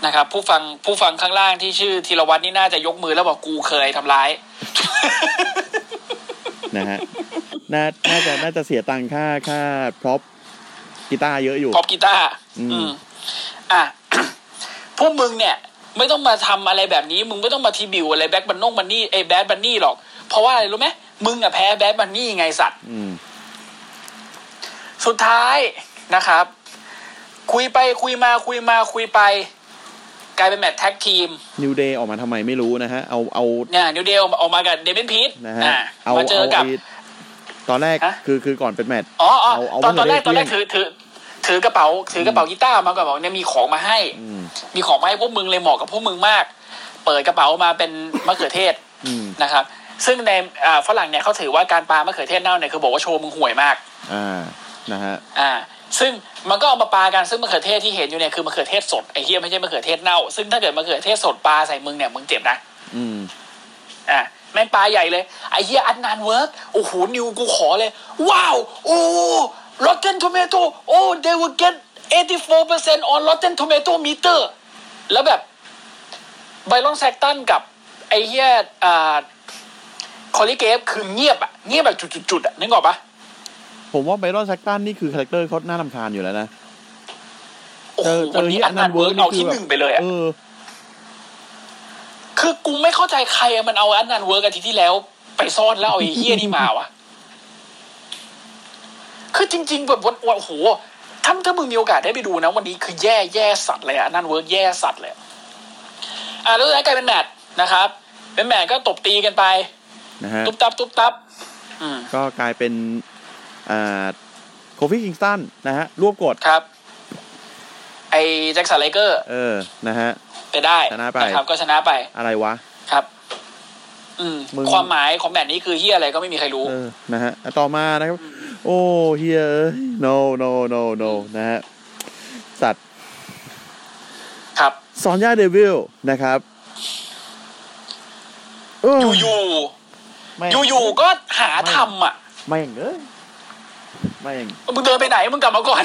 [SPEAKER 3] นะครับ ผู้ฟังผู้ฟังข้างล่างที่ชื่อธีรวัตรนี่น่าจะยกมือแล้วบอกกูเคยทำร้าย
[SPEAKER 2] นะฮะน่าน่าจะ น่าจะเสียตังค่า ค่า พร็อพกีตาร์เยอะอยู่
[SPEAKER 3] พอปกีตาร์
[SPEAKER 2] อืม
[SPEAKER 3] อืมอ่ะ พวกมึงเนี่ย ไม่ต้องมาทำอะไรแบบนี้ มึงไม่ต้องมาทีบิวอะไรแบ็คบันนงบันนี่ไอ้แบดบันนี่หรอก เพราะว่าอะไรรู้ไหมมึงอะแพ้แบดบันนี่ไงสัตว์
[SPEAKER 2] อืม
[SPEAKER 3] สุดท้ายนะครับ คุยไปคุยมาคุยมาคุยไป กลายเป็นแมตช์แท็กทีม
[SPEAKER 2] นิวเดย์ออกมาทำไมไม่รู้นะฮะ เอา เอา
[SPEAKER 3] เนี่ยนิวเดลออกมากับเดวินพีท
[SPEAKER 2] นะฮะ
[SPEAKER 3] อ่ะ
[SPEAKER 2] เอา
[SPEAKER 3] มาเจอกับ
[SPEAKER 2] ไตอนแรก
[SPEAKER 3] ฮะ
[SPEAKER 2] คือ คือ ก่อนเป็นแมตช์
[SPEAKER 3] อ๋ออ๋อ
[SPEAKER 2] เอาเอา
[SPEAKER 3] ตอนตอนแรก
[SPEAKER 2] มาเลย
[SPEAKER 3] ตอนแรก
[SPEAKER 2] เพื่
[SPEAKER 3] ถื
[SPEAKER 2] อ
[SPEAKER 3] อน ถือ ถือกระเป๋าถือกระเป๋ากีตาร์มาก่อนบอกเนี่ยมีของมาให้
[SPEAKER 2] อืม
[SPEAKER 3] มีของมาให้พวกมึงเลยเหมาะกับพวกมึงมาก เปิดกระเป๋ามาเป็น มะเขือเทศ
[SPEAKER 2] อืม
[SPEAKER 3] นะครับ ซึ่งในอ่าฝรั่งเนี่ยเขาถือว่าการปามะเขือเทศเน่าเนี่ยคือบอกว่าโชว์มึงห่วยมาก
[SPEAKER 2] อ่า นะฮะ
[SPEAKER 3] อ่า ซึ่งมันก็เอามาปากันซึ่งมะเขือเทศที่เห็นอยู่เนี่ยคือมะเขือเทศสดไอ้เฮียไม่ใช่มะเขือเทศเน่า ซึ่งถ้าเกิดมะเขือเทศสดปาใส่มึงเนี่ยมึงเจ็บนะ
[SPEAKER 2] อืม
[SPEAKER 3] อ่ะแม่งปลาใหญ่เลย ไอ้เฮียอันนานเวิร์กโอ้โห นิวกูขอเลย ว้าว โอ้ลอตเทนทอมเมโตโอ้ they will get 84% on Rotten Tomato meter แล้วแบบไบรอนแซกตันกับ ไอ้เฮียอ่าคอลลิเกฟคือเงียบอะเงียบแบบจุดๆๆอะนึกออกปะ
[SPEAKER 2] ผมว่าไบรอนแซกตันนี่คือคาแรคเตอร์เขาหน้าลำคาญอยู่แล้วนะ
[SPEAKER 3] โอ้
[SPEAKER 2] เจอ
[SPEAKER 3] โห
[SPEAKER 2] เจ
[SPEAKER 3] วัน
[SPEAKER 2] อ
[SPEAKER 3] นี้
[SPEAKER 2] ที่
[SPEAKER 3] อั
[SPEAKER 2] อั
[SPEAKER 3] น
[SPEAKER 2] น
[SPEAKER 3] นา
[SPEAKER 2] นั
[SPEAKER 3] น
[SPEAKER 2] น
[SPEAKER 3] เวิ
[SPEAKER 2] เวิ
[SPEAKER 3] ร์
[SPEAKER 2] ร์
[SPEAKER 3] ก
[SPEAKER 2] ก
[SPEAKER 3] เอา
[SPEAKER 2] นี่คื
[SPEAKER 3] ที่
[SPEAKER 2] อ
[SPEAKER 3] ห
[SPEAKER 2] แบ
[SPEAKER 3] นึ่ง
[SPEAKER 2] บ
[SPEAKER 3] ไปเลยอะ
[SPEAKER 2] เออ
[SPEAKER 3] คือกูไม่เข้าใจใครอะมันเอาอันนันเวิร์กอาทิตย์ที่แล้ว ไปซ่อนแล้วเอาไอ้เฮี้ยนี่มาวะ คือจริง ๆ แบบวันวันโอ้โหถ้าถ้ามึงมีโอกาสได้ไปดูนะ วันนี้คือแย่แย่สัตว์เลยอะอันนันเวิร์กแย่สัตว์เลยอะอ่ะแล้วสุดท้ายกลายเป็นแมตช์นะครับ เป็นแมตช์ก็ตบตีกันไป
[SPEAKER 2] นะฮะ
[SPEAKER 3] ตุ๊บตับตุ๊บตับอืม
[SPEAKER 2] ก็กลายเป็นอ่าโคฟี่คิงสตันนะฮะ รวบกด
[SPEAKER 3] ครับ ไอ้แจ็คสันไลเกอร์
[SPEAKER 2] เออ นะฮะ
[SPEAKER 3] ไปได้
[SPEAKER 2] ชนะไป
[SPEAKER 3] ครับ ก็ชนะไป
[SPEAKER 2] อะไรวะ
[SPEAKER 3] ครับ อืม
[SPEAKER 2] มึง
[SPEAKER 3] ความหมายของแบบนี้คือเฮียอะไรก็ไม่มีใครรู้
[SPEAKER 2] เออ นะฮะอ่ะต่อมานะครับ โอ้เฮียเอ้ย no no no no นะฮะ สัตว์
[SPEAKER 3] ครับ
[SPEAKER 2] ซอนยาเดวิลนะครับเออ
[SPEAKER 3] อยู่อยู่
[SPEAKER 2] แม่ง
[SPEAKER 3] อยู่อยู่ๆก็หาทำอ่ะ
[SPEAKER 2] แม่งเอ้ยแม่ง
[SPEAKER 3] มึงเดินไปไหนมึงกลับมาก่อน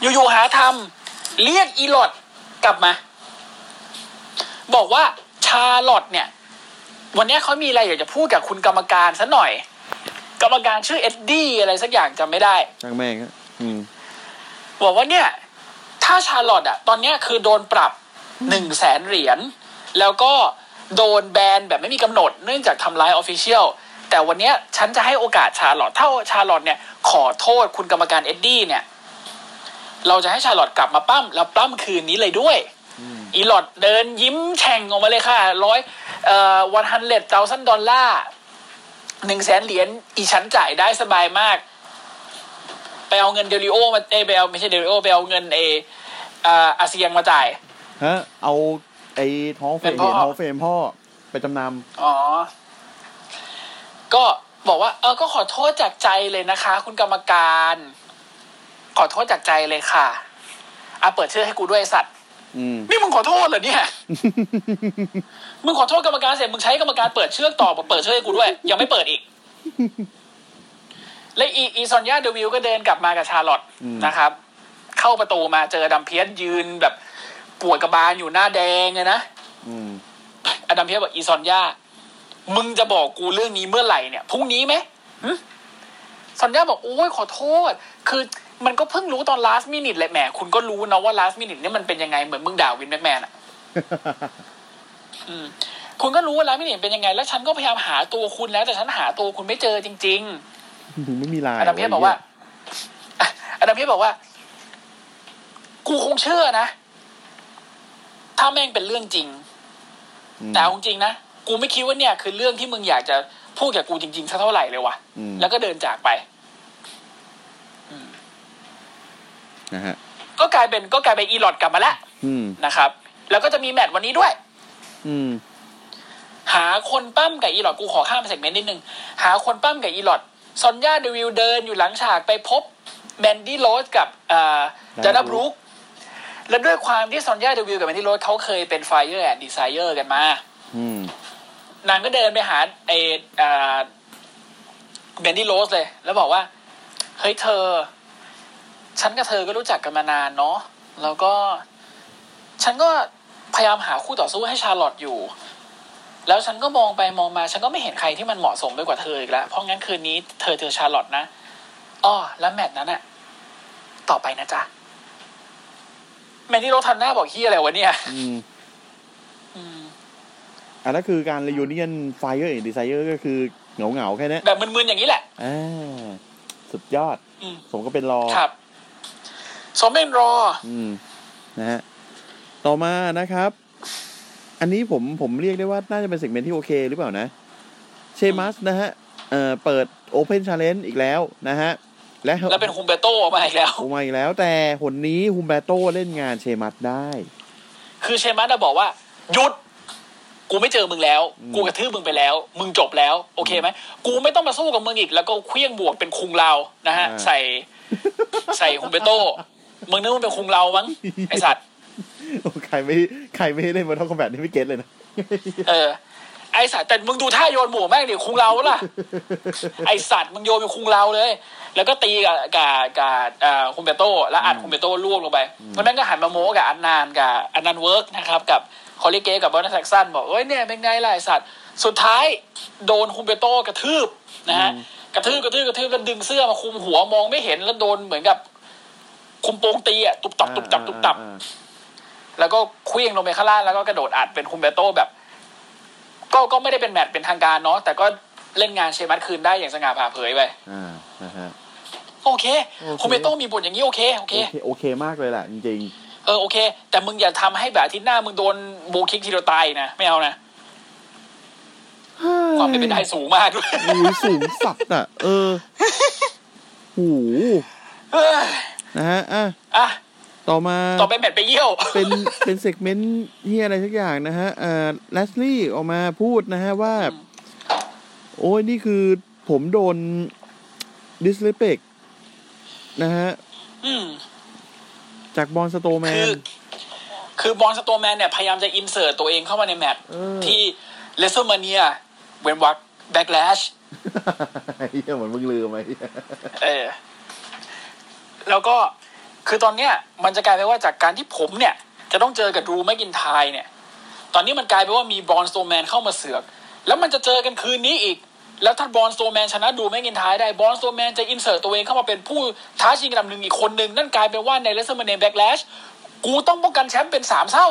[SPEAKER 3] อยู่อยู่ๆหาทำเรียกอีหลอดกลับมา บอกว่าชาลอตเนี่ย วันเนี้ยเขามีอะไรอยากจะพูดกับคุณกรรมการซะหน่อย กรรมการชื่อเอ็ดดี้อะไรสักอย่างจำไม่ได้
[SPEAKER 2] ช่างแม่งฮะอืม
[SPEAKER 3] บอกว่าเนี่ย ถ้าชาร์ลอตอะตอนเนี้ยคือโดนปรับหนึ่งแสนเหรียญแล้วก็โดนแบนแบบไม่มีกำหนดเนื่องจากทำร้ายออฟฟิเชียลแต่วันเนี้ยฉันจะให้โอกาสชาร์ลอตถ้าชาร์ลอตเนี่ย ขอโทษคุณกรรมการเอ็ดดี้เนี่ย เราจะให้ชาร์ลอตกลับมาปั้มแล้วปั้มคืนนี้เลยด้วย อีหลอดเดินยิ้มแฉ่งออกมาเลยค่ะร้อยเอ่อวันฮันเลดเทาซันดอลลาร์หนึ่งแสนเหรียญอีฉันจ่ายได้สบายมาก ไปเอาเงินเดลิโอมาเอยไปเอาไม่ใช่เดลิโอไปเอาเงินเอเอ่ออาเซียงมาจ่าย
[SPEAKER 2] ฮะ เอาไอ้ท้องเฟรม
[SPEAKER 3] เป็นพ่
[SPEAKER 2] เหรียญ
[SPEAKER 3] อ
[SPEAKER 2] ท้องเฟรมพ่อ ไปจำน
[SPEAKER 3] อ๋อ ก็บอกว่า เออก็ขอโทษจากใจเลยนะคะ คุณกรรมการ ขอโทษจากใจเลยค่ะอ่ะเปิดชื่อให้กูด้วยไอ้สัตว์
[SPEAKER 2] ำอืม
[SPEAKER 3] นี่มึงขอโทษเหรอเนี่ย มึงขอโทษกรรมการเสร็จมึงใช้กรรมการเปิดเชือกต่อบอกเปิดเชือกให้กูด้วย ยังไม่เปิ ดอีก และอีอีซอนยาเดวิลก็เดินกลับมากับชาร์ลอต
[SPEAKER 2] อืม
[SPEAKER 3] นะครับ เข้าประตูมาเจออดัมเพียสยืนแบบปวดกระบาลอยู่หน้าแดงเลยนะ
[SPEAKER 2] อืม
[SPEAKER 3] อดัมเพียสบอกอีซอนยามึงจะบอกกูเรื่องนี้เมื่อไหร่เนี่ยพรุ่งนี้ไหมหึซอนยาบอกโอ้ยขอโทษ คือมันก็เพิ่งรู้ตอน last minute เลยแหมคุณก็รู้นะว่า last minute เนี่ยมันเป็นยังไงเหมือนมึงด่าวินแมกแมน อะ อืมคุณก็รู้ว่าร้านพี่เหน่งเป็นยังไง แล้วฉันก็พยายามหาตัวคุณแล้ว แต่ฉันหาตัวคุณไม่เจอจริง
[SPEAKER 2] มึงไม่มีลาย
[SPEAKER 3] ๆอดัมเพียสบอกว่า อ่ะอดัมเพียสบอกว่า กูคงเชื่อนะ ถ้าแม่งเป็นเรื่องจริง แต่เอาจริงๆนะ กูไม่คิดว่าเนี่ย คือเรื่องที่มึงอยากจะพูดกับกูจริงๆสักเท่าไหร่เลยว่ะ
[SPEAKER 2] แล้
[SPEAKER 3] แล้ว ว
[SPEAKER 2] ก็
[SPEAKER 3] ก็เดินจากไป
[SPEAKER 2] นะฮะ
[SPEAKER 3] ก็กลายเป็นก็กลายเป็นอีหลอดกลับมาแล้ว
[SPEAKER 2] อืม
[SPEAKER 3] นะครับ แล้วก็จะมีแมตช์วันนี้ด้วย
[SPEAKER 2] อืม
[SPEAKER 3] หาคนปั้มกับอีหลอดกูขอข้ามเซกเมนต์นิดนึง หาคนปั้มกับอีหลอดซอนย่าเดวิลเดินอยู่หลังฉากไปพบแมนดี้โรสกับเอ่อจานาบรูคและด้วยความที่ซอนย่าเดวิลกับแมนดี้โรสเขาเคยเป็นไฟเออร์แอนด์ดีไซเออร์กันมา
[SPEAKER 2] อืม
[SPEAKER 3] นางก็เดินไปหาไอเอ่อแมนดี้โรสเลย แล้วบอกว่า เฮ้ยเธอ ฉันกับเธอก็รู้จักกันมานานเนาะแล้วก็ ฉันก็พยายามหาคู่ต่อสู้ให้ชาร์ลอตอยู่ แล้วฉันก็มองไปมองมา ฉันก็ไม่เห็นใครที่มันเหมาะสมไปกว่าเธออีกแล้วเพราะงั้นคืนนี้เธอเจอชาร์ลอตนะอ้อแล้วแมตช์นั้นอะต่อไปนะจ๊ะแมนดี้โรสทำหน้าบอกเฮียอะไรวะเนี่ย
[SPEAKER 2] อืม
[SPEAKER 3] อืม
[SPEAKER 2] อันนั้นคือการ r ร u n เนียนไฟเออร์ดีไซเออร์ก็คือเหงาเหงาๆแค่เนี้ย
[SPEAKER 3] แบบมึนๆอย่างนี้แหละ
[SPEAKER 2] อ่า สุดยอด
[SPEAKER 3] อืม
[SPEAKER 2] สมก็เป็นรอ
[SPEAKER 3] ครับสมเป็นรอ
[SPEAKER 2] อืม นะฮะ ต่อมานะครับ อันนี้ผมผมเรียกได้ว่าน่าจะเป็นเซกเมนต์ที่โอเคหรือเปล่านะ เชมัสนะฮะ เอ่อ เปิดโอเพนชาเลนจ์อีกแล้วนะฮะ และ
[SPEAKER 3] แล้วเป็นฮุมเบโตออกมาอีกแล้ว
[SPEAKER 2] โอ้มาอีกแล้วแต่หนนี้ฮุมเบโต้เล่นงานเชมัสได้
[SPEAKER 3] คือเชมัสจะบอกว่า หยุด กูไม่เจอมึงแล้ว กูกระทืบมึงไปแล้ว มึงจบแล้ว โอเคไหม กูไม่ต้องมาสู้กับมึงอีก แล้วก็เคลี้ยงบวกเป็นคุงเรานะฮะ
[SPEAKER 2] อ่า
[SPEAKER 3] ใส่ ใส่ฮุมเบโตมึงนึกว่าเป็นคุงเรามั้ง ไอสัตว์
[SPEAKER 2] โอ้ใครไม่ใครไม่เล่นมาเท่าคอมแบทนี่ไม่เก็ตเลยนะ
[SPEAKER 3] เออ ไอสัตว์แต่มึงดูท่าโยนหมูแม่งดิคุงเรา ล่ะ ไอสัตว์มึงโยนเป็นคุงเราเลย แล้วก็ตีกับกับกับเอ่อคุมเบโต้แล้วอัดคุมเบโต้ล่วงลงไปวันนั้นก็หันมาโม้กับอันนานกับอันนันเวิร์กนะครับ กับคอลลิเกกับบอนัสแซกซันบอกเอ้ยเนี่ยเป็นไงล่ะไอสัตว์สุดท้ายโดนคุมเบโต้กระทืบนะฮะกระทืบกระทืบกระทืบแล้วดึงเสื้อมาคุมหัวมองไม่เห็นแล้วโดนเหมือนกับ คุมโปงตีอะตุบตับตุบตับตุบตับ แล้วก็เคลี้ยงลงไปข้างล่างแล้วก็กระโดดอัดเป็นคุมเบโต้แบบ ก็ก็ไม่ได้เป็นแมตช์เป็นทางการเนาะแต่ก็เล่นงานเชมัสคืนได้อย่างสง่าผ่าเผยไป
[SPEAKER 2] อ่านะฮะ
[SPEAKER 3] โอเค
[SPEAKER 2] โอเค
[SPEAKER 3] คุมเบโต้มีบทอย่างนี้โอเคโอ
[SPEAKER 2] โอ
[SPEAKER 3] เค
[SPEAKER 2] เคโอเคมากเลยแหละจริง
[SPEAKER 3] เออโอเค แต่มึงอย่าทำให้แบบอาทิตย์หน้ามึงโดนโบคิกทีเดียวตายนะไม่เอานะ
[SPEAKER 2] ๆ
[SPEAKER 3] ความเป็นไปได้สูงมากด้วย
[SPEAKER 2] อุ้ยสูงสัตว์อ่ะ เอ อโหู
[SPEAKER 3] เอ้ย
[SPEAKER 2] นะฮะอ่ะ
[SPEAKER 3] อ่ะ
[SPEAKER 2] ต่อมา
[SPEAKER 3] ต่อไปแมตช์ไปเยี่ยว
[SPEAKER 2] เป็นเป็นเซกเมนต์เฮียอะไรสักอย่างนะฮะเอ่อแลสลี่ออกมาพูดนะฮะว่า โอ้ยนี่คือผมโดนดิสเลเ c t นะฮะ
[SPEAKER 3] อืม
[SPEAKER 2] จากบอลสโตแม
[SPEAKER 3] คื
[SPEAKER 2] น
[SPEAKER 3] อ คือบอลสโตแมนเนี่ย พยายามจะอินเสิร์ตตัวเองเข้ามาในแมตช์
[SPEAKER 2] เออ
[SPEAKER 3] ที่เลเซอร์มาเนียเวนวักแบ็กแลช
[SPEAKER 2] เฮียเหมือนมึงลืมไหมเหี้ย
[SPEAKER 3] เออ แล้วก็คือตอนเนี้ย มันจะกลายเป็นว่าจากการที่ผมเนี่ย จะต้องเจอกับดรูแมกินไทยเนี่ย ตอนนี้มันกลายเป็นว่ามีบรอนโซแมนเข้ามาเสือก แล้วมันจะเจอกันคืนนี้อีก แล้วถ้าบรอนโซแมนชนะดรูแมกินไทยได้บรอนโซแมนจะอินเสิร์ตตัวเองเข้ามาเป็นผู้ท้าชิงอันดับหนึ่งอีกคนหนึ่งนั่นกลายเป็นว่าในเลสเตอร์เมเนแบ็กแลชกูต้องป้องกันแชมป์เป็นสามเท่า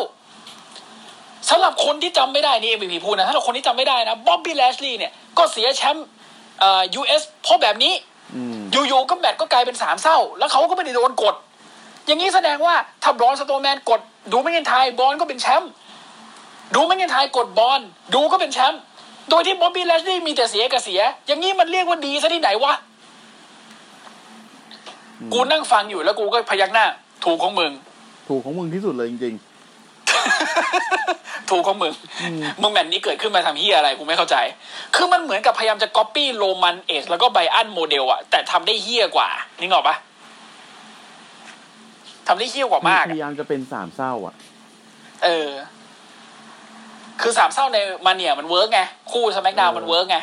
[SPEAKER 3] สำหรับคนที่จำไม่ได้นี่ MVP พูดนะถ้าคนที่จำไม่ได้นะบ๊อบบี้แลชลีย์เนี่ยก็เสียแชมป์เอ่อ US เพราะแบบนี้
[SPEAKER 2] อืม
[SPEAKER 3] อยู่ๆก็แมตช์ก็กลายเป็นสามเศร้า แล้วเขาก็ไม่ได้โดนกด อย่างนี้แสดงว่าถ้าบรอนสโตแมนกด ดูไม่เงินไทยบอลก็เป็นแชมป์ดูไม่เงินไทยกดบอลดูก็เป็นแชมป์โดยที่บ๊อบบี้แลชลีย์มีแต่เสียกับเสีย อย่างนี้มันเรียกว่าดีซะที่ไหนวะ กูนั่งฟังอยู่แล้วกูก็พยักหน้า ถูกของมึง
[SPEAKER 2] ถูกของมึงที่สุดเลยจริง
[SPEAKER 3] ถูกของมึง มึงแมนนี้เกิดขึ้นมาทำเฮียอะไรกูไม่เข้าใจ คือมันเหมือนกับพยายามจะก๊อปปี้โรมันเอสแล้วก็ไบอันโมเดลอะแต่ทำได้เฮียกว่านี่งออกปะทำได้เฮียกว่า
[SPEAKER 2] ๆ
[SPEAKER 3] มาก
[SPEAKER 2] พ
[SPEAKER 3] อะ
[SPEAKER 2] ยายามจะเป็นสามเศร้าอ่ะ
[SPEAKER 3] เออ คือสามเศร้าในมันเนี่ยมันเวิร์กไง คู่สมักดาว
[SPEAKER 2] เออ
[SPEAKER 3] มันเวิร์กไง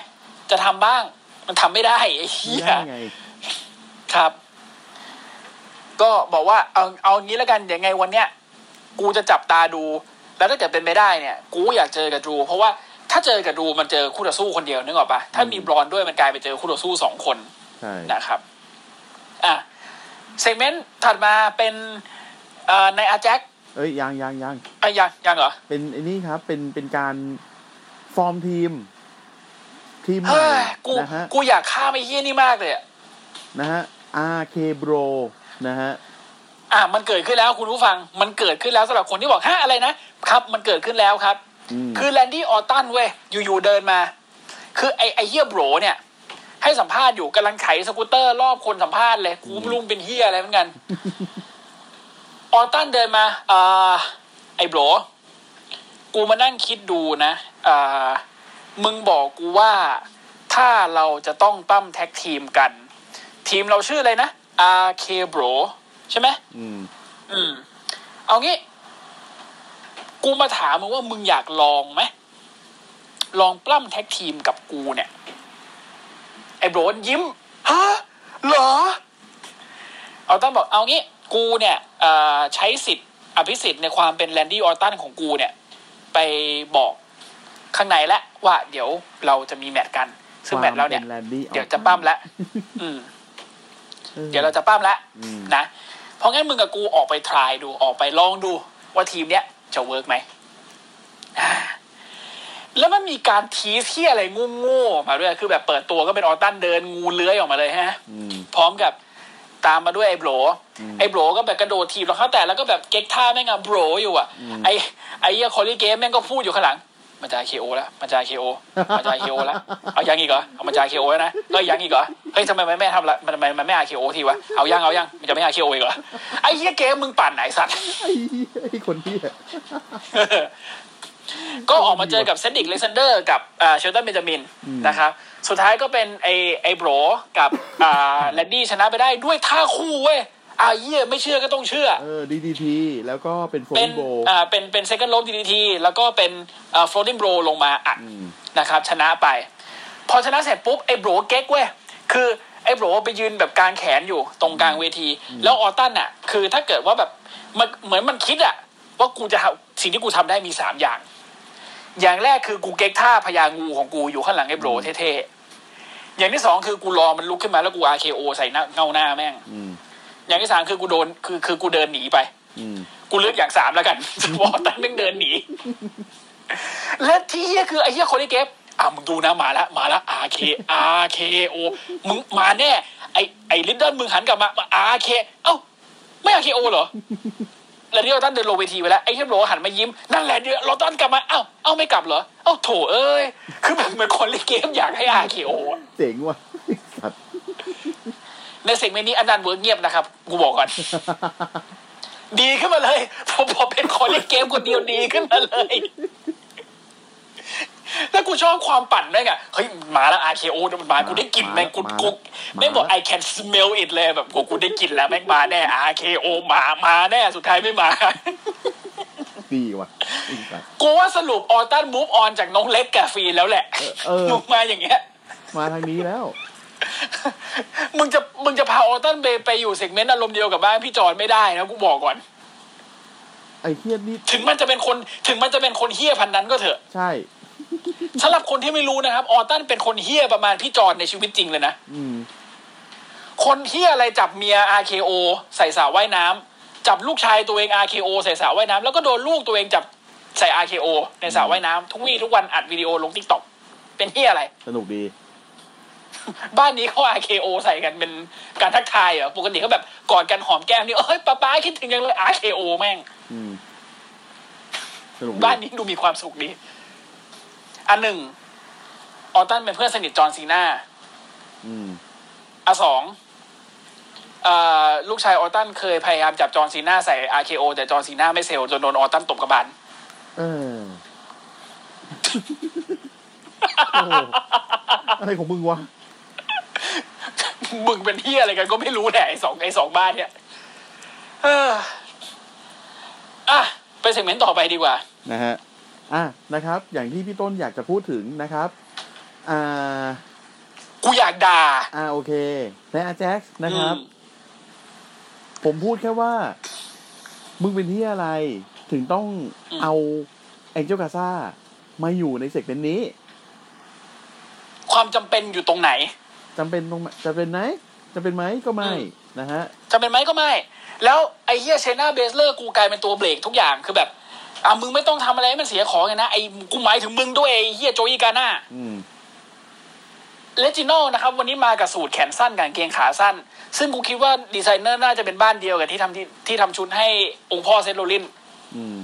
[SPEAKER 3] จะทำบ้าง มันทำไม่ได้ไอ้เฮีย
[SPEAKER 2] ได้ไง
[SPEAKER 3] ครับ ก็บอกว่าเอาเอางี้แล้วกันเดี๋ยวไงวันเนี้ยกูจะจับตาดู แล้วถ้าเกิดเป็นไปได้เนี่ย กูอยากเจอกับดรู เพราะว่าถ้าเจอกับดรูมันเจอคู่ต่อสู้คนเดียวนึกออกปะถ้ามีบรอนด้วยมันกลายไปเจอคู่ต่อสู้สองคน
[SPEAKER 2] ใช่
[SPEAKER 3] นะครับอ่ะเซกเมนต์ถัดมาเป็นเอ่อในอาแจ็ค
[SPEAKER 2] เอ้ยยังยังยัง
[SPEAKER 3] อ่ะยังยังเหรอ
[SPEAKER 2] เป็นไอ้นี่ครับ เป็นเป็นการฟอร์มทีม ทีมให
[SPEAKER 3] เฮ้
[SPEAKER 2] ม่
[SPEAKER 3] ยกู
[SPEAKER 2] นะฮะ
[SPEAKER 3] กูอยากฆ่าไอ้เฮี้ยนี่มากเลยอะ
[SPEAKER 2] นะฮะ RK Bro นะฮะ
[SPEAKER 3] อ่ะมันเกิดขึ้นแล้วคุณผู้ฟัง มันเกิดขึ้นแล้วสำหรับคนที่บอกฮะอะไรนะครับ มันเกิดขึ้นแล้วครับ
[SPEAKER 2] อืม
[SPEAKER 3] คือแลนดี้ออตตันเว้ยอยู่ๆเดินมา คือไอ้ไอ้เฮียโบรเนี่ย ให้สัมภาษณ์อยู่กำลังไถสกูตเตอร์รอบคนสัมภาษณ์เลยกูไม่รู้มันเป็นเฮียอะไรเหมือน กัน ออตตันเดินมาอ่าไอ้โบรกูมานั่งคิดดูนะอ่ามึงบอกกูว่าถ้าเราจะต้องตั้มแท็กทีมกัน ทีมเราชื่ออะไรนะ RK Bro ใช่ไหม
[SPEAKER 2] อืม
[SPEAKER 3] อืม เอางี้ กูมาถามมึงว่ามึงอยากลองไหม ลองปล้ำแท็กทีมกับกูเนี่ย ไอ้โบรนยิ้ม ฮะ เหรอ เอาตั้นบอกเอางี้ กูเนี่ยเอ่อใช้สิทธิ์อภิสิทธิ์ในความเป็นแลนดี้ออตตันของกูเนี่ย ไปบอกข้างในแล้วว่าเดี๋ยวเราจะมีแมตช์กัน ซึ่งแมตช์เราเนี่ย
[SPEAKER 2] ความป็ Randy
[SPEAKER 3] เดี๋ยวจะปั้มแล้วอืม
[SPEAKER 2] ออ
[SPEAKER 3] เดี๋ยวเราจะปั้มแล้ว
[SPEAKER 2] อืม
[SPEAKER 3] นะ เพราะงั้นมึงกับกูออกไปทรายดูออกไปลองดูว่าทีมเนี้ยจะเวิร์กไหมอ่าแล้วมันมีการทีสที่อะไรงูงูมาด้วย คือแบบเปิดตัวก็เป็นออตันเดินงูเลื้อยออกมาเลยฮะ
[SPEAKER 2] อืม
[SPEAKER 3] พร้อมกับตามมาด้วยไอ้โบร
[SPEAKER 2] อืม
[SPEAKER 3] ไอ้โบรก็แบบกระโดดทีบรองเท้าแตะแล้วก็แบบเก๊กท่าแม่งอะโบรอยู่อะ
[SPEAKER 2] อืม
[SPEAKER 3] ไอ้ไอ้เหี้ยคอลลี่เกมแม่งก็พูดอยู่ข้างหลังมาจ่ายเคโอแล้วมาจ่ายเคโอมาจ่ายเคโอแล้วเอายังอีกเหรอเอามาจ่ายเคโอแล้วนะก็ยังอีกเหรอเฮ้ยทำไมมันไม่ทำละมันทำไมมันไม่อาเคโอทีวะเอายังเอายังมันจะไม่อาเคโออีกเหรอไอ้เหี้ยเกมมึงปั่นไหนสัตว์
[SPEAKER 2] ไอ้เหี้ยไอ้คนที่อ่ะ
[SPEAKER 3] ก็ออกมาเจอกับเซนดิกเลกซานเดอร์กับเชลตันเบนจามิน
[SPEAKER 2] อืม
[SPEAKER 3] นะครับ สุดท้ายก็เป็นไอไอโบรกับอ่าแลนดี้ชนะไปได้ด้วยท่าคู่เว้ยอ่าเยี่ยไม่เชื่อก็ต้องเชื่อ
[SPEAKER 2] เออ DDT แล้วก็เป็นโฟ
[SPEAKER 3] เป็น
[SPEAKER 2] นโบ
[SPEAKER 3] อ่าเป็นเป็นเซคันด์โลมดีดีทีแล้วก็เป็นอ่าฟลอติงโบรลงมาอัด
[SPEAKER 2] อืม
[SPEAKER 3] นะครับ ชนะไป พอชนะเสร็จปุ๊บ ไอ้โบรเก๊กเว้ย คือไอ้โบรไปยืนแบบกลางแขนอยู่ตรงกลางเวที แล้วออตันอ่ะ คือถ้าเกิดว่าแบบมันเหมือนมันคิดอ่ะ ว่ากูจะทำสิ่งที่กูทำได้มีสามอย่าง อย่างแรกคือกูเก๊กท่าพญางูของกูอยู่ข้างหลังไอ้โบรเท่ๆ อย่างที่สองคือกูรอมันลุกขึ้นมาแล้วกูอาเคโอใส่หน้าเงาหน้าแม่ง
[SPEAKER 2] อืม
[SPEAKER 3] อย่างที่สามคือกูโดนคือคือกูเดินหนีไป
[SPEAKER 2] อืม
[SPEAKER 3] กูเลือกอย่างสามแล้วกัน วอลตันแม่งเดินหนี และที่เฮียคือไอ้เฮียคนที่เก็บอ่ะมึงดูนะมาละมาละ R K R K O มึงมาแน่ ไอ้ไอ้ลิดเดิลมึงหันกลับมา R K เอ้า ไม่ R K O เหรอ แล้วนี่โรตันเดินลงเวทีไปแล้วไอ้เฮียโรหันมายิ้มนั่นแหละเดี๋ยวโรตันกลับมาเอ้าเอ้าไม่กลับเหรอเอ้าโถเอ้ย คือแบบ เหมือนคนเล่นเกมอยากให้อาเคียวอะ
[SPEAKER 2] เจ๋งว่ะ ไอ้สัตว์
[SPEAKER 3] ในเซกเมนต์นี้อันนันเวิร์กเงียบนะครับ กูบอก ก่อน ดีขึ้นมาเลยผมผมเป็นคนเล่นเกมคนเดียวดีขึ้นมาเลย แล้วกูชอบความปั่นด้วยไงเฮ้ยมาแล้ว RKO นะมันมากูได้กลิ่นแม่งกูกูไม่งบอก I can smell it เลยแบบกูกูได้กลิ่นแล้วแม่งมาแน่ RKO มามาแน่สุดท้ายไม่มา
[SPEAKER 2] ดีว่ะไอ้สัตว์
[SPEAKER 3] กูว่าสรุปออตันมูฟออนจากน้องเล็กกับฟีนแล้วแหละ
[SPEAKER 2] เออ
[SPEAKER 3] มึงมาอย่างเงี้ย
[SPEAKER 2] มาทางนี้แล้ว
[SPEAKER 3] มึงจะมึงจะพาออตันเบย์ไปอยู่เซกเมนต์อารมณ์เดียวกับบ้านพี่จอนไม่ได้นะกูบอกก่อน
[SPEAKER 2] ไอ้เทียนี่
[SPEAKER 3] ถึงมันจะเป็นคนถึงมันจะเป็นคนเฮี้ยพันนั้นก็เถอะ
[SPEAKER 2] ใช่
[SPEAKER 3] สำหรับคนที่ไม่รู้นะครับ ออตันเป็นคนเฮี้ยประมาณพี่จอนในชีวิตจริงเลยนะ
[SPEAKER 2] อืม
[SPEAKER 3] คนเฮี้ยอะไรจับเมีย RKO ใส่สระว่ายน้ำจับลูกชายตัวเอง RKO ใส่สระว่ายน้ำแล้วก็โดนลูกตัวเองจับใส่ RKO ในสระว่ายน้ำทุกวี่ทุกวันอัดวิดีโอลงทิกตอกเป็นเฮี้ยอะไร
[SPEAKER 2] สนุกดี
[SPEAKER 3] บ้านนี้เขา RKO ใส่กันเป็นการทักทายเหรอ ปกติเขาแบบกอดกันหอมแก้มนี่ เอ้ยป้าป้าคิดถึงยังเลย RKO แม่ง
[SPEAKER 2] อืม สนุกดี
[SPEAKER 3] บ้านนี้ดูมีความสุขดี อันหนึ่ง ออตันเป็นเพื่อนสนิทจอห์นซีนา
[SPEAKER 2] อืม
[SPEAKER 3] อันสองเอ่อลูกชายออตันเคยพยายามจับจอห์นซีนาใส่ RKO แต่จอห์นซีนาไม่เซลลจนโดนออตันตบกระบาล
[SPEAKER 2] เออ โอ้โหอะไรของมึงวะ
[SPEAKER 3] มึงเป็นเฮียอะไรกันก็ไม่รู้แหละไอ้สองไอ้สองบ้านเนี่ยเอออ่ะไปเซกเมนต์ต่อไปดีกว่า
[SPEAKER 2] นะฮะ อ่ะ นะครับ อย่างที่พี่ต้นอยากจะพูดถึงนะครับ อ่า
[SPEAKER 3] กูอยากด่า
[SPEAKER 2] อ่า โอเคและอาแจ็คนะครับ
[SPEAKER 3] อืม
[SPEAKER 2] ผมพูดแค่ว่า มึงเป็นที่อะไร ถึงต้อง
[SPEAKER 3] อืม
[SPEAKER 2] เอาแองเจลกาซ่ามาอยู่ในเซกเมนต์นี้
[SPEAKER 3] ความจำเป็นอยู่ตรงไหน
[SPEAKER 2] จำเป็นตรงจะเป็นไหมจะเป็นไหมก็ไม่
[SPEAKER 3] อืม
[SPEAKER 2] นะฮะ
[SPEAKER 3] จำเป็นไหมก็ไม่ แล้วไอ้เฮียเชน่าเบสเลอร์กูกลายเป็นตัวเบรกทุกอย่างคือแบบอ่ะมึงไม่ต้องทำอะไรให้มันเสียของไงนะไอ้กูหมายถึงมึงด้วยไอ้เฮียโจอีกาน่า
[SPEAKER 2] อืม
[SPEAKER 3] เลจิโน่นะครับวันนี้มากับสูตรแขนสั้นกางเกงขาสั้น ซึ่งกูคิดว่าดีไซเนอร์น่าจะเป็นบ้านเดียวกับที่ทำที่ที่ทำชุดให้องค์พ่อเซนต์โรลิน
[SPEAKER 2] อืม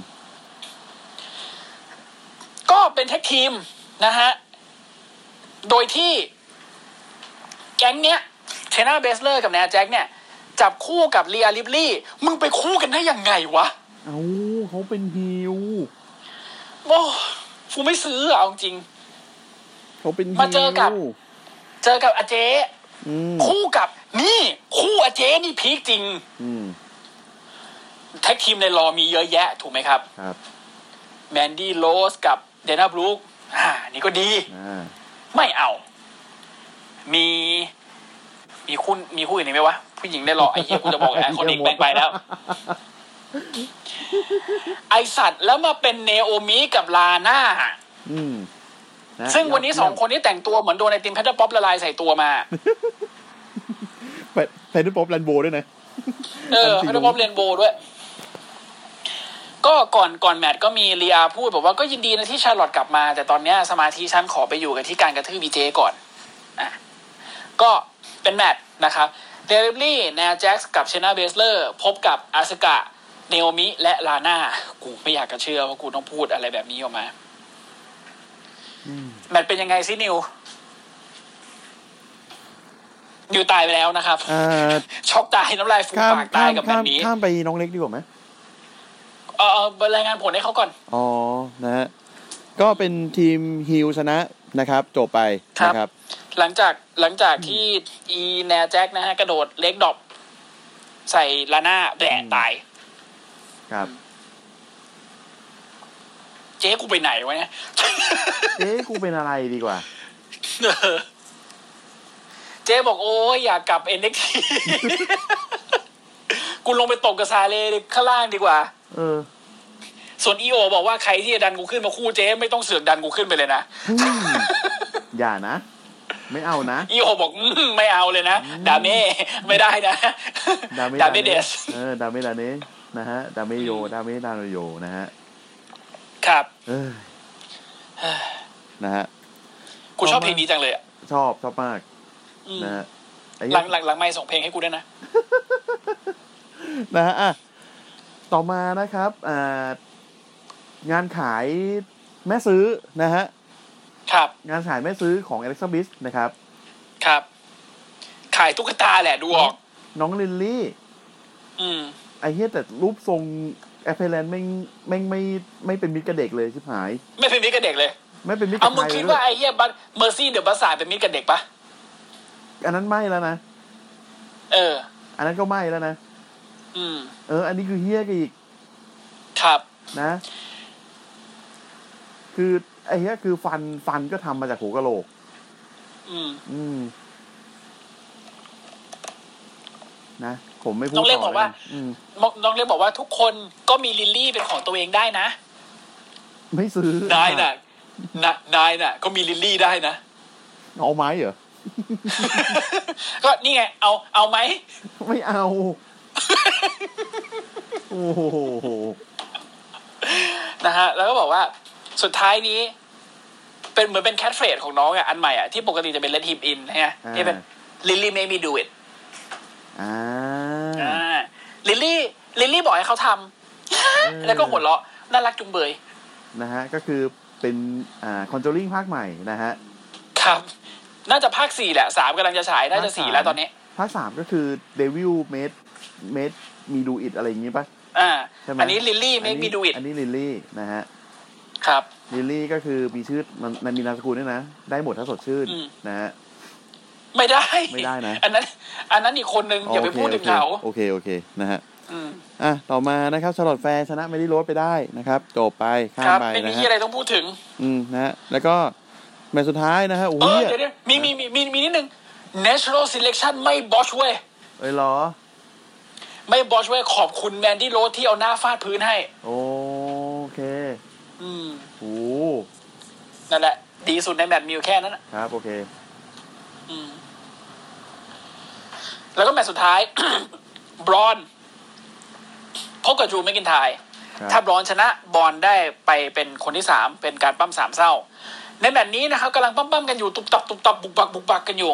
[SPEAKER 3] ก็เป็นแท็กทีมนะฮะ โดยที่แก๊งเนี้ยเชน่าเบสเลอร์กับแนนแจ็คเนี่ย จับคู่กับเลียลิบลี่มึงไปคู่กันได้ยังไงวะ
[SPEAKER 2] เอาเขาเป็นฮิว
[SPEAKER 3] โอ้กูไม่ซื้ออะเอาจริง
[SPEAKER 2] เขาเป็นฮิว
[SPEAKER 3] มาเจอกับ เจอกับอาเจ
[SPEAKER 2] อืม
[SPEAKER 3] คู่กับนี่ คู่อาเจนี่พีคจริง
[SPEAKER 2] อืม
[SPEAKER 3] แท็กทีมในรอมีเยอะแยะ ถูกไหมครับ
[SPEAKER 2] ครับ
[SPEAKER 3] แมนดี้โรสกับเดน่าบรูคอ่านี่ก็ดี
[SPEAKER 2] อ่า
[SPEAKER 3] ไม่เอา มี มีคู่มีคู่อื่นอีกไหมวะ ผู้หญิงในรอไอ้เหี้ยกูจะบอกไอ้คนอี กแบ่งไปแล้ว ไอสัตว์แล้วมาเป็นเนโอมิกับลาน่า
[SPEAKER 2] อืมะ
[SPEAKER 3] ซึ่งวันนี้สองคนนี้แต่งตัวเหมือนโดนไอติมแพทเทิร์ป๊อปละลายใส่ตัวมา
[SPEAKER 2] ไปไปด้วยป๊อปแลนโบด้วยนะ
[SPEAKER 3] เออ
[SPEAKER 2] อันสี
[SPEAKER 3] พัทพบเรนโบว์ด้วย ก็ก่อนก่อนแมตช์ก็มีเรียพูดบอกว่าก็ยินดีนะที่ชาร์ลอตกลับมา แต่ตอนเนี้ยสมาธิฉันขอไปอยู่กับที่การกระทืบบีเจก่อนอ่ะก็เป็นแมตช์นะครับเดลิบลี่แนลแจ็กกับเชนาเบสเลอร์ พบกับอาสกะเนโอมิ และลาน่ากูไม่อยากจะเชื่อว่ากูต้องพูดอะไรแบบนี้ออกมา
[SPEAKER 2] อืม
[SPEAKER 3] แมตช์เป็นยังไงซินิวนิวตายไปแล้วนะครับ
[SPEAKER 2] อ่า
[SPEAKER 3] ช็อกตายน้ำลายฟูม
[SPEAKER 2] ข้าม
[SPEAKER 3] ปาก
[SPEAKER 2] ข้า
[SPEAKER 3] ตาย
[SPEAKER 2] ม
[SPEAKER 3] กับแม
[SPEAKER 2] ข้า
[SPEAKER 3] ต
[SPEAKER 2] ม
[SPEAKER 3] ช์นี้
[SPEAKER 2] ข้ามไปน้องเล็กดีกว่าไหม
[SPEAKER 3] เออเออรายงานผลให้เขาก่อน
[SPEAKER 2] อ๋อ นะฮะ ก็เป็นทีมฮิวชนะนะครับ จบไป
[SPEAKER 3] ครับ
[SPEAKER 2] นะครับ
[SPEAKER 3] หลังจากหลังจากที่อีแนวแจ็คนะฮะ กระโดดเล็กดรอปใส่ลาน่าแบะตาย
[SPEAKER 2] ครับ
[SPEAKER 3] เจ๊กูไปไหนวะ เนี่ย
[SPEAKER 2] เอ๊ะกูเป็นอะไรดีกว่า
[SPEAKER 3] เจ๊บอกโอ้ยอยากกลับเอ็นเอ็กซี กูลงไปตบกับซาเล่ข้างล่างดีกว่า
[SPEAKER 2] เออ
[SPEAKER 3] ส่วนอีโอบอกว่าใครที่จะดันกูขึ้นมาคู่เจ๊ไม่ต้องเสือกดันกูขึ้นไปเลยนะ
[SPEAKER 2] อย่านะ ไม่เอานะ
[SPEAKER 3] อีโอบอกอืมไม่เอาเลยนะ ดาเม่ไม่ได้นะ
[SPEAKER 2] ดาเม
[SPEAKER 3] ดาเม่เดส
[SPEAKER 2] เออ ดาเมดาเนสนะฮะ ดาเมโย ดาเมดาโนโย นะฮะ
[SPEAKER 3] ครับ
[SPEAKER 2] เออ นะฮะ
[SPEAKER 3] กูชอบเพลงนี้จังเลยอะ
[SPEAKER 2] ชอบ ชอบมาก
[SPEAKER 3] อืม
[SPEAKER 2] นะฮะไอ้
[SPEAKER 3] หลังหลังหลังไม่ส่งเพลงให้กูด้วยนะ
[SPEAKER 2] นะฮะอ่ะต่อมานะครับอ่างานขายแม่ซื้อนะฮะ
[SPEAKER 3] ครับ
[SPEAKER 2] งานขายแม่ซื้อของ Alexa Bliss นะครับ
[SPEAKER 3] ครับ ขายตุ๊กตาแหละดูออก
[SPEAKER 2] น้องลินลี่
[SPEAKER 3] อืม
[SPEAKER 2] ไอ้เหี้ยแต่รูปทรงแอปเปลนแม่งแม่งไม่ไม่เป็นมิตรกับเด็กเลยชิบหาย
[SPEAKER 3] ไม่เป็นมิตรกับเด็กเลย
[SPEAKER 2] ไม่เป็นมิตรกั
[SPEAKER 3] เอา
[SPEAKER 2] บ
[SPEAKER 3] มึ
[SPEAKER 2] ใค
[SPEAKER 3] ง
[SPEAKER 2] ร
[SPEAKER 3] คิด
[SPEAKER 2] เล
[SPEAKER 3] ว่าย ไอ้เหี้ยบัสเมอร์ซี่เดอะบัสสายเป็นมิตรกับเด็กปะ
[SPEAKER 2] อันนั้นไม่แล้วนะ
[SPEAKER 3] เออ
[SPEAKER 2] อันนั้นก็ไม่แล้วนะ
[SPEAKER 3] อืม
[SPEAKER 2] เออ อันนี้คือเฮี้ยกันอีก
[SPEAKER 3] ครับ
[SPEAKER 2] นะ คือไอ้เฮี้ยคือฟันฟันก็ทำมาจากหัวกะโหลก
[SPEAKER 3] อืม
[SPEAKER 2] อืม นะ ผมไม่พูด
[SPEAKER 3] ต้องเรียก
[SPEAKER 2] ต่
[SPEAKER 3] บอกว่า
[SPEAKER 2] แล้นอืม
[SPEAKER 3] น้องน้องเล็กบอกว่าทุกคนก็มีลิลลี่เป็นของตัวเองได้นะ
[SPEAKER 2] ไม่ซื้อน
[SPEAKER 3] ายน่ะนะนายน่ะ ก็มีลิลลี่ได้นะ
[SPEAKER 2] เอาไม้เหรอ
[SPEAKER 3] ก็นี่ไง เอาเอาไหม
[SPEAKER 2] ไม่ เอา โอ้โห
[SPEAKER 3] นะฮะ แล้วก็บอกว่าสุดท้ายนี้ เป็นเหมือนเป็นแคทเฟรดของน้องอ่ะ อันใหม่อ่ะ ที่ปกติจะเป็นเล t ทีมอินนะฮะ
[SPEAKER 2] อ่า
[SPEAKER 3] ที่เป็นลิลลี่ make me do it
[SPEAKER 2] อ่า
[SPEAKER 3] อ่าลิลลี่ลิลลี่บอกให้เขาทำแล้วก็หัวเราะน่ารักจุงเบย
[SPEAKER 2] นะฮะ ก็คือเป็น อ่า คอนโจลิงภาคใหม่นะฮะ
[SPEAKER 3] ครับ น่าจะภาคสี่แหละสามกำลังจะฉาย น่าจะสี่แล้วตอนนี้
[SPEAKER 2] ภาคสามก็คือเดวิลเมดเมดมีดูอิดอะไรอย่างงี้ปะ
[SPEAKER 3] อ่า
[SPEAKER 2] ใช่ไหม
[SPEAKER 3] อั
[SPEAKER 2] อั
[SPEAKER 3] นนี้ลิลลี่ make me do it
[SPEAKER 2] อันนี้ลิลลี่นะฮะ
[SPEAKER 3] ครับ
[SPEAKER 2] ลิลลี่ก็คือมีชื่อมันมันมีนามสกุลด้วยนะ ได้หมดถ้าสดชื่น
[SPEAKER 3] อืม
[SPEAKER 2] นะฮะ
[SPEAKER 3] ไม่ได้
[SPEAKER 2] ไม่ได้นะ
[SPEAKER 3] อันนั้น อันนั้นอีกคนนึงอย่าไปพูดถึงเขา
[SPEAKER 2] โอเคโอเคนะฮะ
[SPEAKER 3] อืม
[SPEAKER 2] อ่ะ ต่อมานะครับชาร์ลอตแฟร์ชนะเมลี่โรสไปได้นะครับ จบไป ข้า
[SPEAKER 3] ค
[SPEAKER 2] ม
[SPEAKER 3] รับ
[SPEAKER 2] ไป
[SPEAKER 3] ไม่
[SPEAKER 2] นะ
[SPEAKER 3] มี
[SPEAKER 2] ฮะ
[SPEAKER 3] อะไรต้องพูดถึง
[SPEAKER 2] อืมนะฮะ แล้วก็แมตช์สุดท้ายนะฮะโอ้
[SPEAKER 3] เออย เดี๋ยวเดี๋ยวมีมีมีมีมีนิดนึง natural selection ไม่บอชเว้ย
[SPEAKER 2] เอ้ยเหรอ
[SPEAKER 3] ไม่บอชเว้ย ขอบคุณแมนดี้โรสที่เอาหน้าฟาดพื้นให้
[SPEAKER 2] โอเค
[SPEAKER 3] อืม
[SPEAKER 2] โอ้
[SPEAKER 3] นั่นแหละ ดีสุดในแมตช์มีอยู่แค่นั้นน่ะ
[SPEAKER 2] ครับ โอเค
[SPEAKER 3] อืม แล้วก็แมตช์สุดท้าย บรอนพบกับจูไม่กินทาย
[SPEAKER 2] ครับ
[SPEAKER 3] ถ้าบรอนชนะบอลได้ไปเป็นคนที่สามเป็นการปั้มสามเศร้า ในแมตช์นี้นะครับกำลังปั้มปั้มๆกันอยู่ตุบตับตุบตับบุกบักบุกบักกันอยู่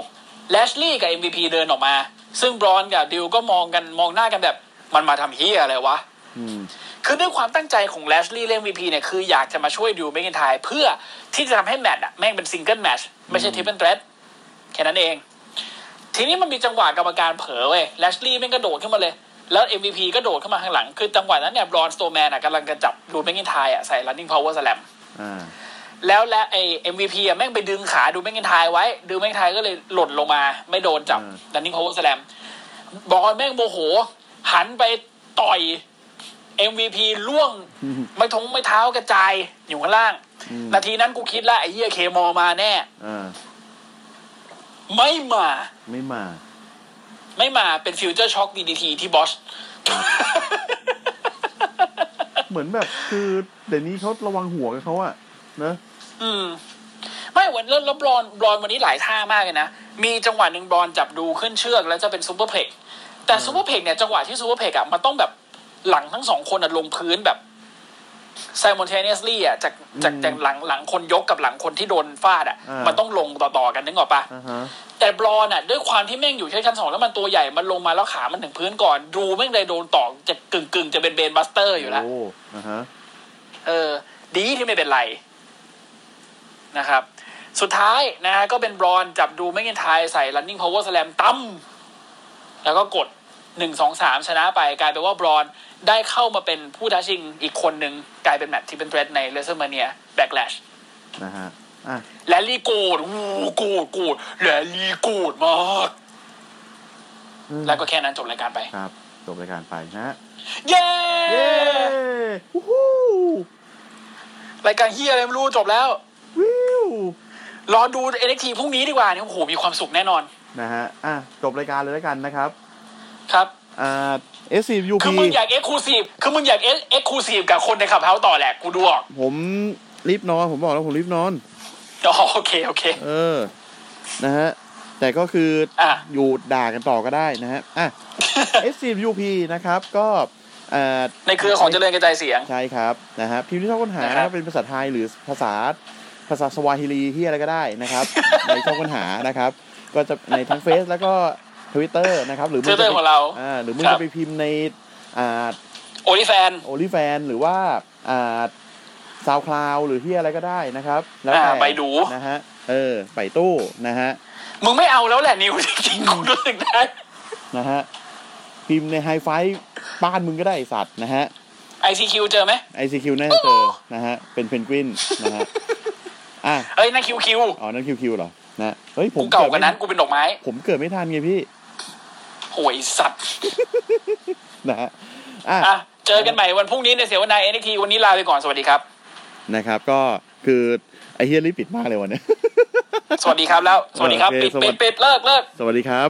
[SPEAKER 3] แลชลี่กับ MVP เดินออกมา ซึ่งบรอนกับดิวก็มองกันมองหน้ากันแบบมันมาทำเฮียอะไรวะ
[SPEAKER 2] อืม
[SPEAKER 3] คือด้วยความตั้งใจของแลชลี่เล่น MVP เนี่ยคืออยากจะมาช่วยดิวเมกินไทยเพื่อที่จะทำให้แมตช์อะแม่งเป็นซิงเกิลแมตช์ไม่ใช่ทริปเปิลเทรดแค่นั้นเอง ทีนี้มันมีจังหวะกรรมการเผลอเว้ยแลชลี่แม่งกระโดดขึ้นมาเลย แล้ว MVP ก็โดดขึ้นมาข้างหลัง คือจังหวะนั้นเนี่ยบรอนสโตแมนอะกำลังจะจับดูเมกินไทยอะใส่ running power slam
[SPEAKER 2] อ่า
[SPEAKER 3] แล้วและไอ้ MVP อ่ะแม่งไปดึงขาดูแม่งกินทายไว้ ดูแม่งกินทายก็เลยหล่นลงมา ไม่โดนจับ
[SPEAKER 2] อืม
[SPEAKER 3] ดันนิ่งพาวเวอร์สแลมบอลแม่งโมโห หันไปต่อย MVP ล่วง ไม่ทงไม่เท้ากระจาย อยู่ข้างล่าง นาทีนั้นกูคิดละไอ้เหี้ยเคมอมาแน่
[SPEAKER 2] อ่า
[SPEAKER 3] ไม่มา
[SPEAKER 2] ไม่มา
[SPEAKER 3] ไม่มาเป็นฟิวเจอร์ช็อคดีดีทีที่บอส
[SPEAKER 2] เหมือน แบบคือเดี๋ยวนี้เขาระวังหัวกันเขาอะเนอะ
[SPEAKER 3] อืม ไม่วันแล้วแล้วบรอนบรอนวันนี้หลายท่ามากเลยนะ มีจังหวะหนึ่งบรอนจับดูขึ้นเชือกแล้วจะเป็นซูเปอร์เพล็กซ์แต่ซูเปอร์เพล็กซ์เนี่ยจังหวะที่ซูเปอร์เพล็กซ์อ่ะมันต้องแบบหลังทั้งสองคนอ่ะลงพื้นแบบ simultaneously อ่ะจากจากจากหลังหลังคนยกกับหลังคนที่โดนฟาดอ่ะ
[SPEAKER 2] ามั
[SPEAKER 3] มันต้องลงต่อๆกันนึกออกปะ
[SPEAKER 2] อ่าฮะ
[SPEAKER 3] แต่บรอนอ่ะด้วยความที่แม่งอยู่แค่ชั้นสองแล้วมันตัวใหญ่มันลงมาแล้วขามันถึงพื้นก่อนดูแม่งเลยโดนต่อจะกึ่งกึ่งๆจะเป็นเบนบัสเตอร์อยู่แล้ว
[SPEAKER 2] โอ้อ่าฮะ
[SPEAKER 3] เออดีที่ไม่เป็นไรนะครับ สุดท้ายนะฮะก็เป็นบรอนจับดูไม่เงินทายใส่ running power slam ตั้มแล้วก็กดหนึ่งสองสามชนะไป กลายเป็นว่าบรอนได้เข้ามาเป็นผู้ท้าชิงอีกคนหนึ่งกลายเป็นแมตช์ที่เป็นเทรดในเลเซอร์มาเนียแบ l กแลช
[SPEAKER 2] นะฮะ อ่ะ
[SPEAKER 3] แลลี่โกดอูโกดโกดแลลี่โกดมาก แล้วก็แค่นั้นจบรายการไป
[SPEAKER 2] ครับ จบรายการไปนะฮะ
[SPEAKER 3] เย้
[SPEAKER 2] เย้วู้ฮู้
[SPEAKER 3] รายการเฮียอะไรไม่รู้จบแล้ว
[SPEAKER 2] วิว
[SPEAKER 3] รอดู NXT พรุ่งนี้ดีกว่าเนี่ยโอ้โหมีความสุขแน่นอน
[SPEAKER 2] นะฮะ อ่ะ จบรายการเลยแล้วกันนะครับ
[SPEAKER 3] ครับ
[SPEAKER 2] อ่า SCUP
[SPEAKER 3] คือมึงอยากเอ็กซ์คลูซีฟคือมึงอยากเอ็กซ์คลูซีฟกับคนในขับเฮาต่อแหละ กูดูออก
[SPEAKER 2] ผมรีบนอน ผมบอกแล้วผมรีบนอน
[SPEAKER 3] อ๋อโอเค โอเค
[SPEAKER 2] เออ นะฮะ แต่ก็คือ
[SPEAKER 3] อ่ะ
[SPEAKER 2] อยู่ด่ากันต่อก็ได้นะฮะ อ่ะ SCUP นะครับ ก็เอ่อ
[SPEAKER 3] ในเครือของเจริญกระจายเสียง
[SPEAKER 2] ใช่ครับนะฮะพิมพ์ที่ชอบค้นหา
[SPEAKER 3] นะครับ
[SPEAKER 2] เป็นภาษาไทยหรือภาษาภาษาสวาฮิลีที่อะไรก็ได้นะครับ ในช่องค้นหานะครับ ก็จะในทั้งเฟซแล้วก็ทวิตเตอร์นะครับ หรือมึง
[SPEAKER 3] เจอเตอ
[SPEAKER 2] จะ
[SPEAKER 3] ร์ข
[SPEAKER 2] ไป
[SPEAKER 3] องเรา
[SPEAKER 2] อ่าหรือมึง
[SPEAKER 3] ครับ
[SPEAKER 2] จะไปพิมพ์ในอ่า
[SPEAKER 3] โอลิแฟน
[SPEAKER 2] โอลิแฟนหรือว่าอ่า ซาวคลาวหรือที่อะไรก็ได้นะครับ แล้วแต่
[SPEAKER 3] อ่าไปดู
[SPEAKER 2] นะฮะเออไปตู้นะฮะ
[SPEAKER 3] มึงไม่เอาแล้วแหละนิวจริงๆกูรู้สึกได้
[SPEAKER 2] นะฮะพิมพ์ในไฮไฟบ้านมึงก็ได้ไอ้สัตว์นะฮะ
[SPEAKER 3] ICQ เจอไหม
[SPEAKER 2] ICQ น่าจะเจอนะฮะเป็นเพนกวินนะฮะอ่ะ
[SPEAKER 3] เอ้ยนั่นคิวคิว
[SPEAKER 2] อ๋อนั่นคิวคิวเหรอนะเฮ้ยผ
[SPEAKER 3] กู
[SPEAKER 2] ม
[SPEAKER 3] เก่า
[SPEAKER 2] ด
[SPEAKER 3] กว่านั้น
[SPEAKER 2] ไม่
[SPEAKER 3] กูเป็นดอกไม้
[SPEAKER 2] ผมเกิดไม่ทันไงพี่
[SPEAKER 3] โอ้ยสัตว์
[SPEAKER 2] นะฮะอ่ะ
[SPEAKER 3] อ่ะเจอกันใหม่วันพรุ่งนี้ในเสวนาเอ็นทีวันนี้ลาไปก่อนสวัสดีครับ
[SPEAKER 2] นะครับก็คือไอเฮียรีบปิดมากเลยวันเนี้ย
[SPEAKER 3] สวัสดีครับแล้ว สวัสดีครับ
[SPEAKER 2] โอเค
[SPEAKER 3] ปิด
[SPEAKER 2] สวั
[SPEAKER 3] ปิ
[SPEAKER 2] ส
[SPEAKER 3] ด
[SPEAKER 2] ดี
[SPEAKER 3] ปิดเลิกเลิก
[SPEAKER 2] สวัสดีครับ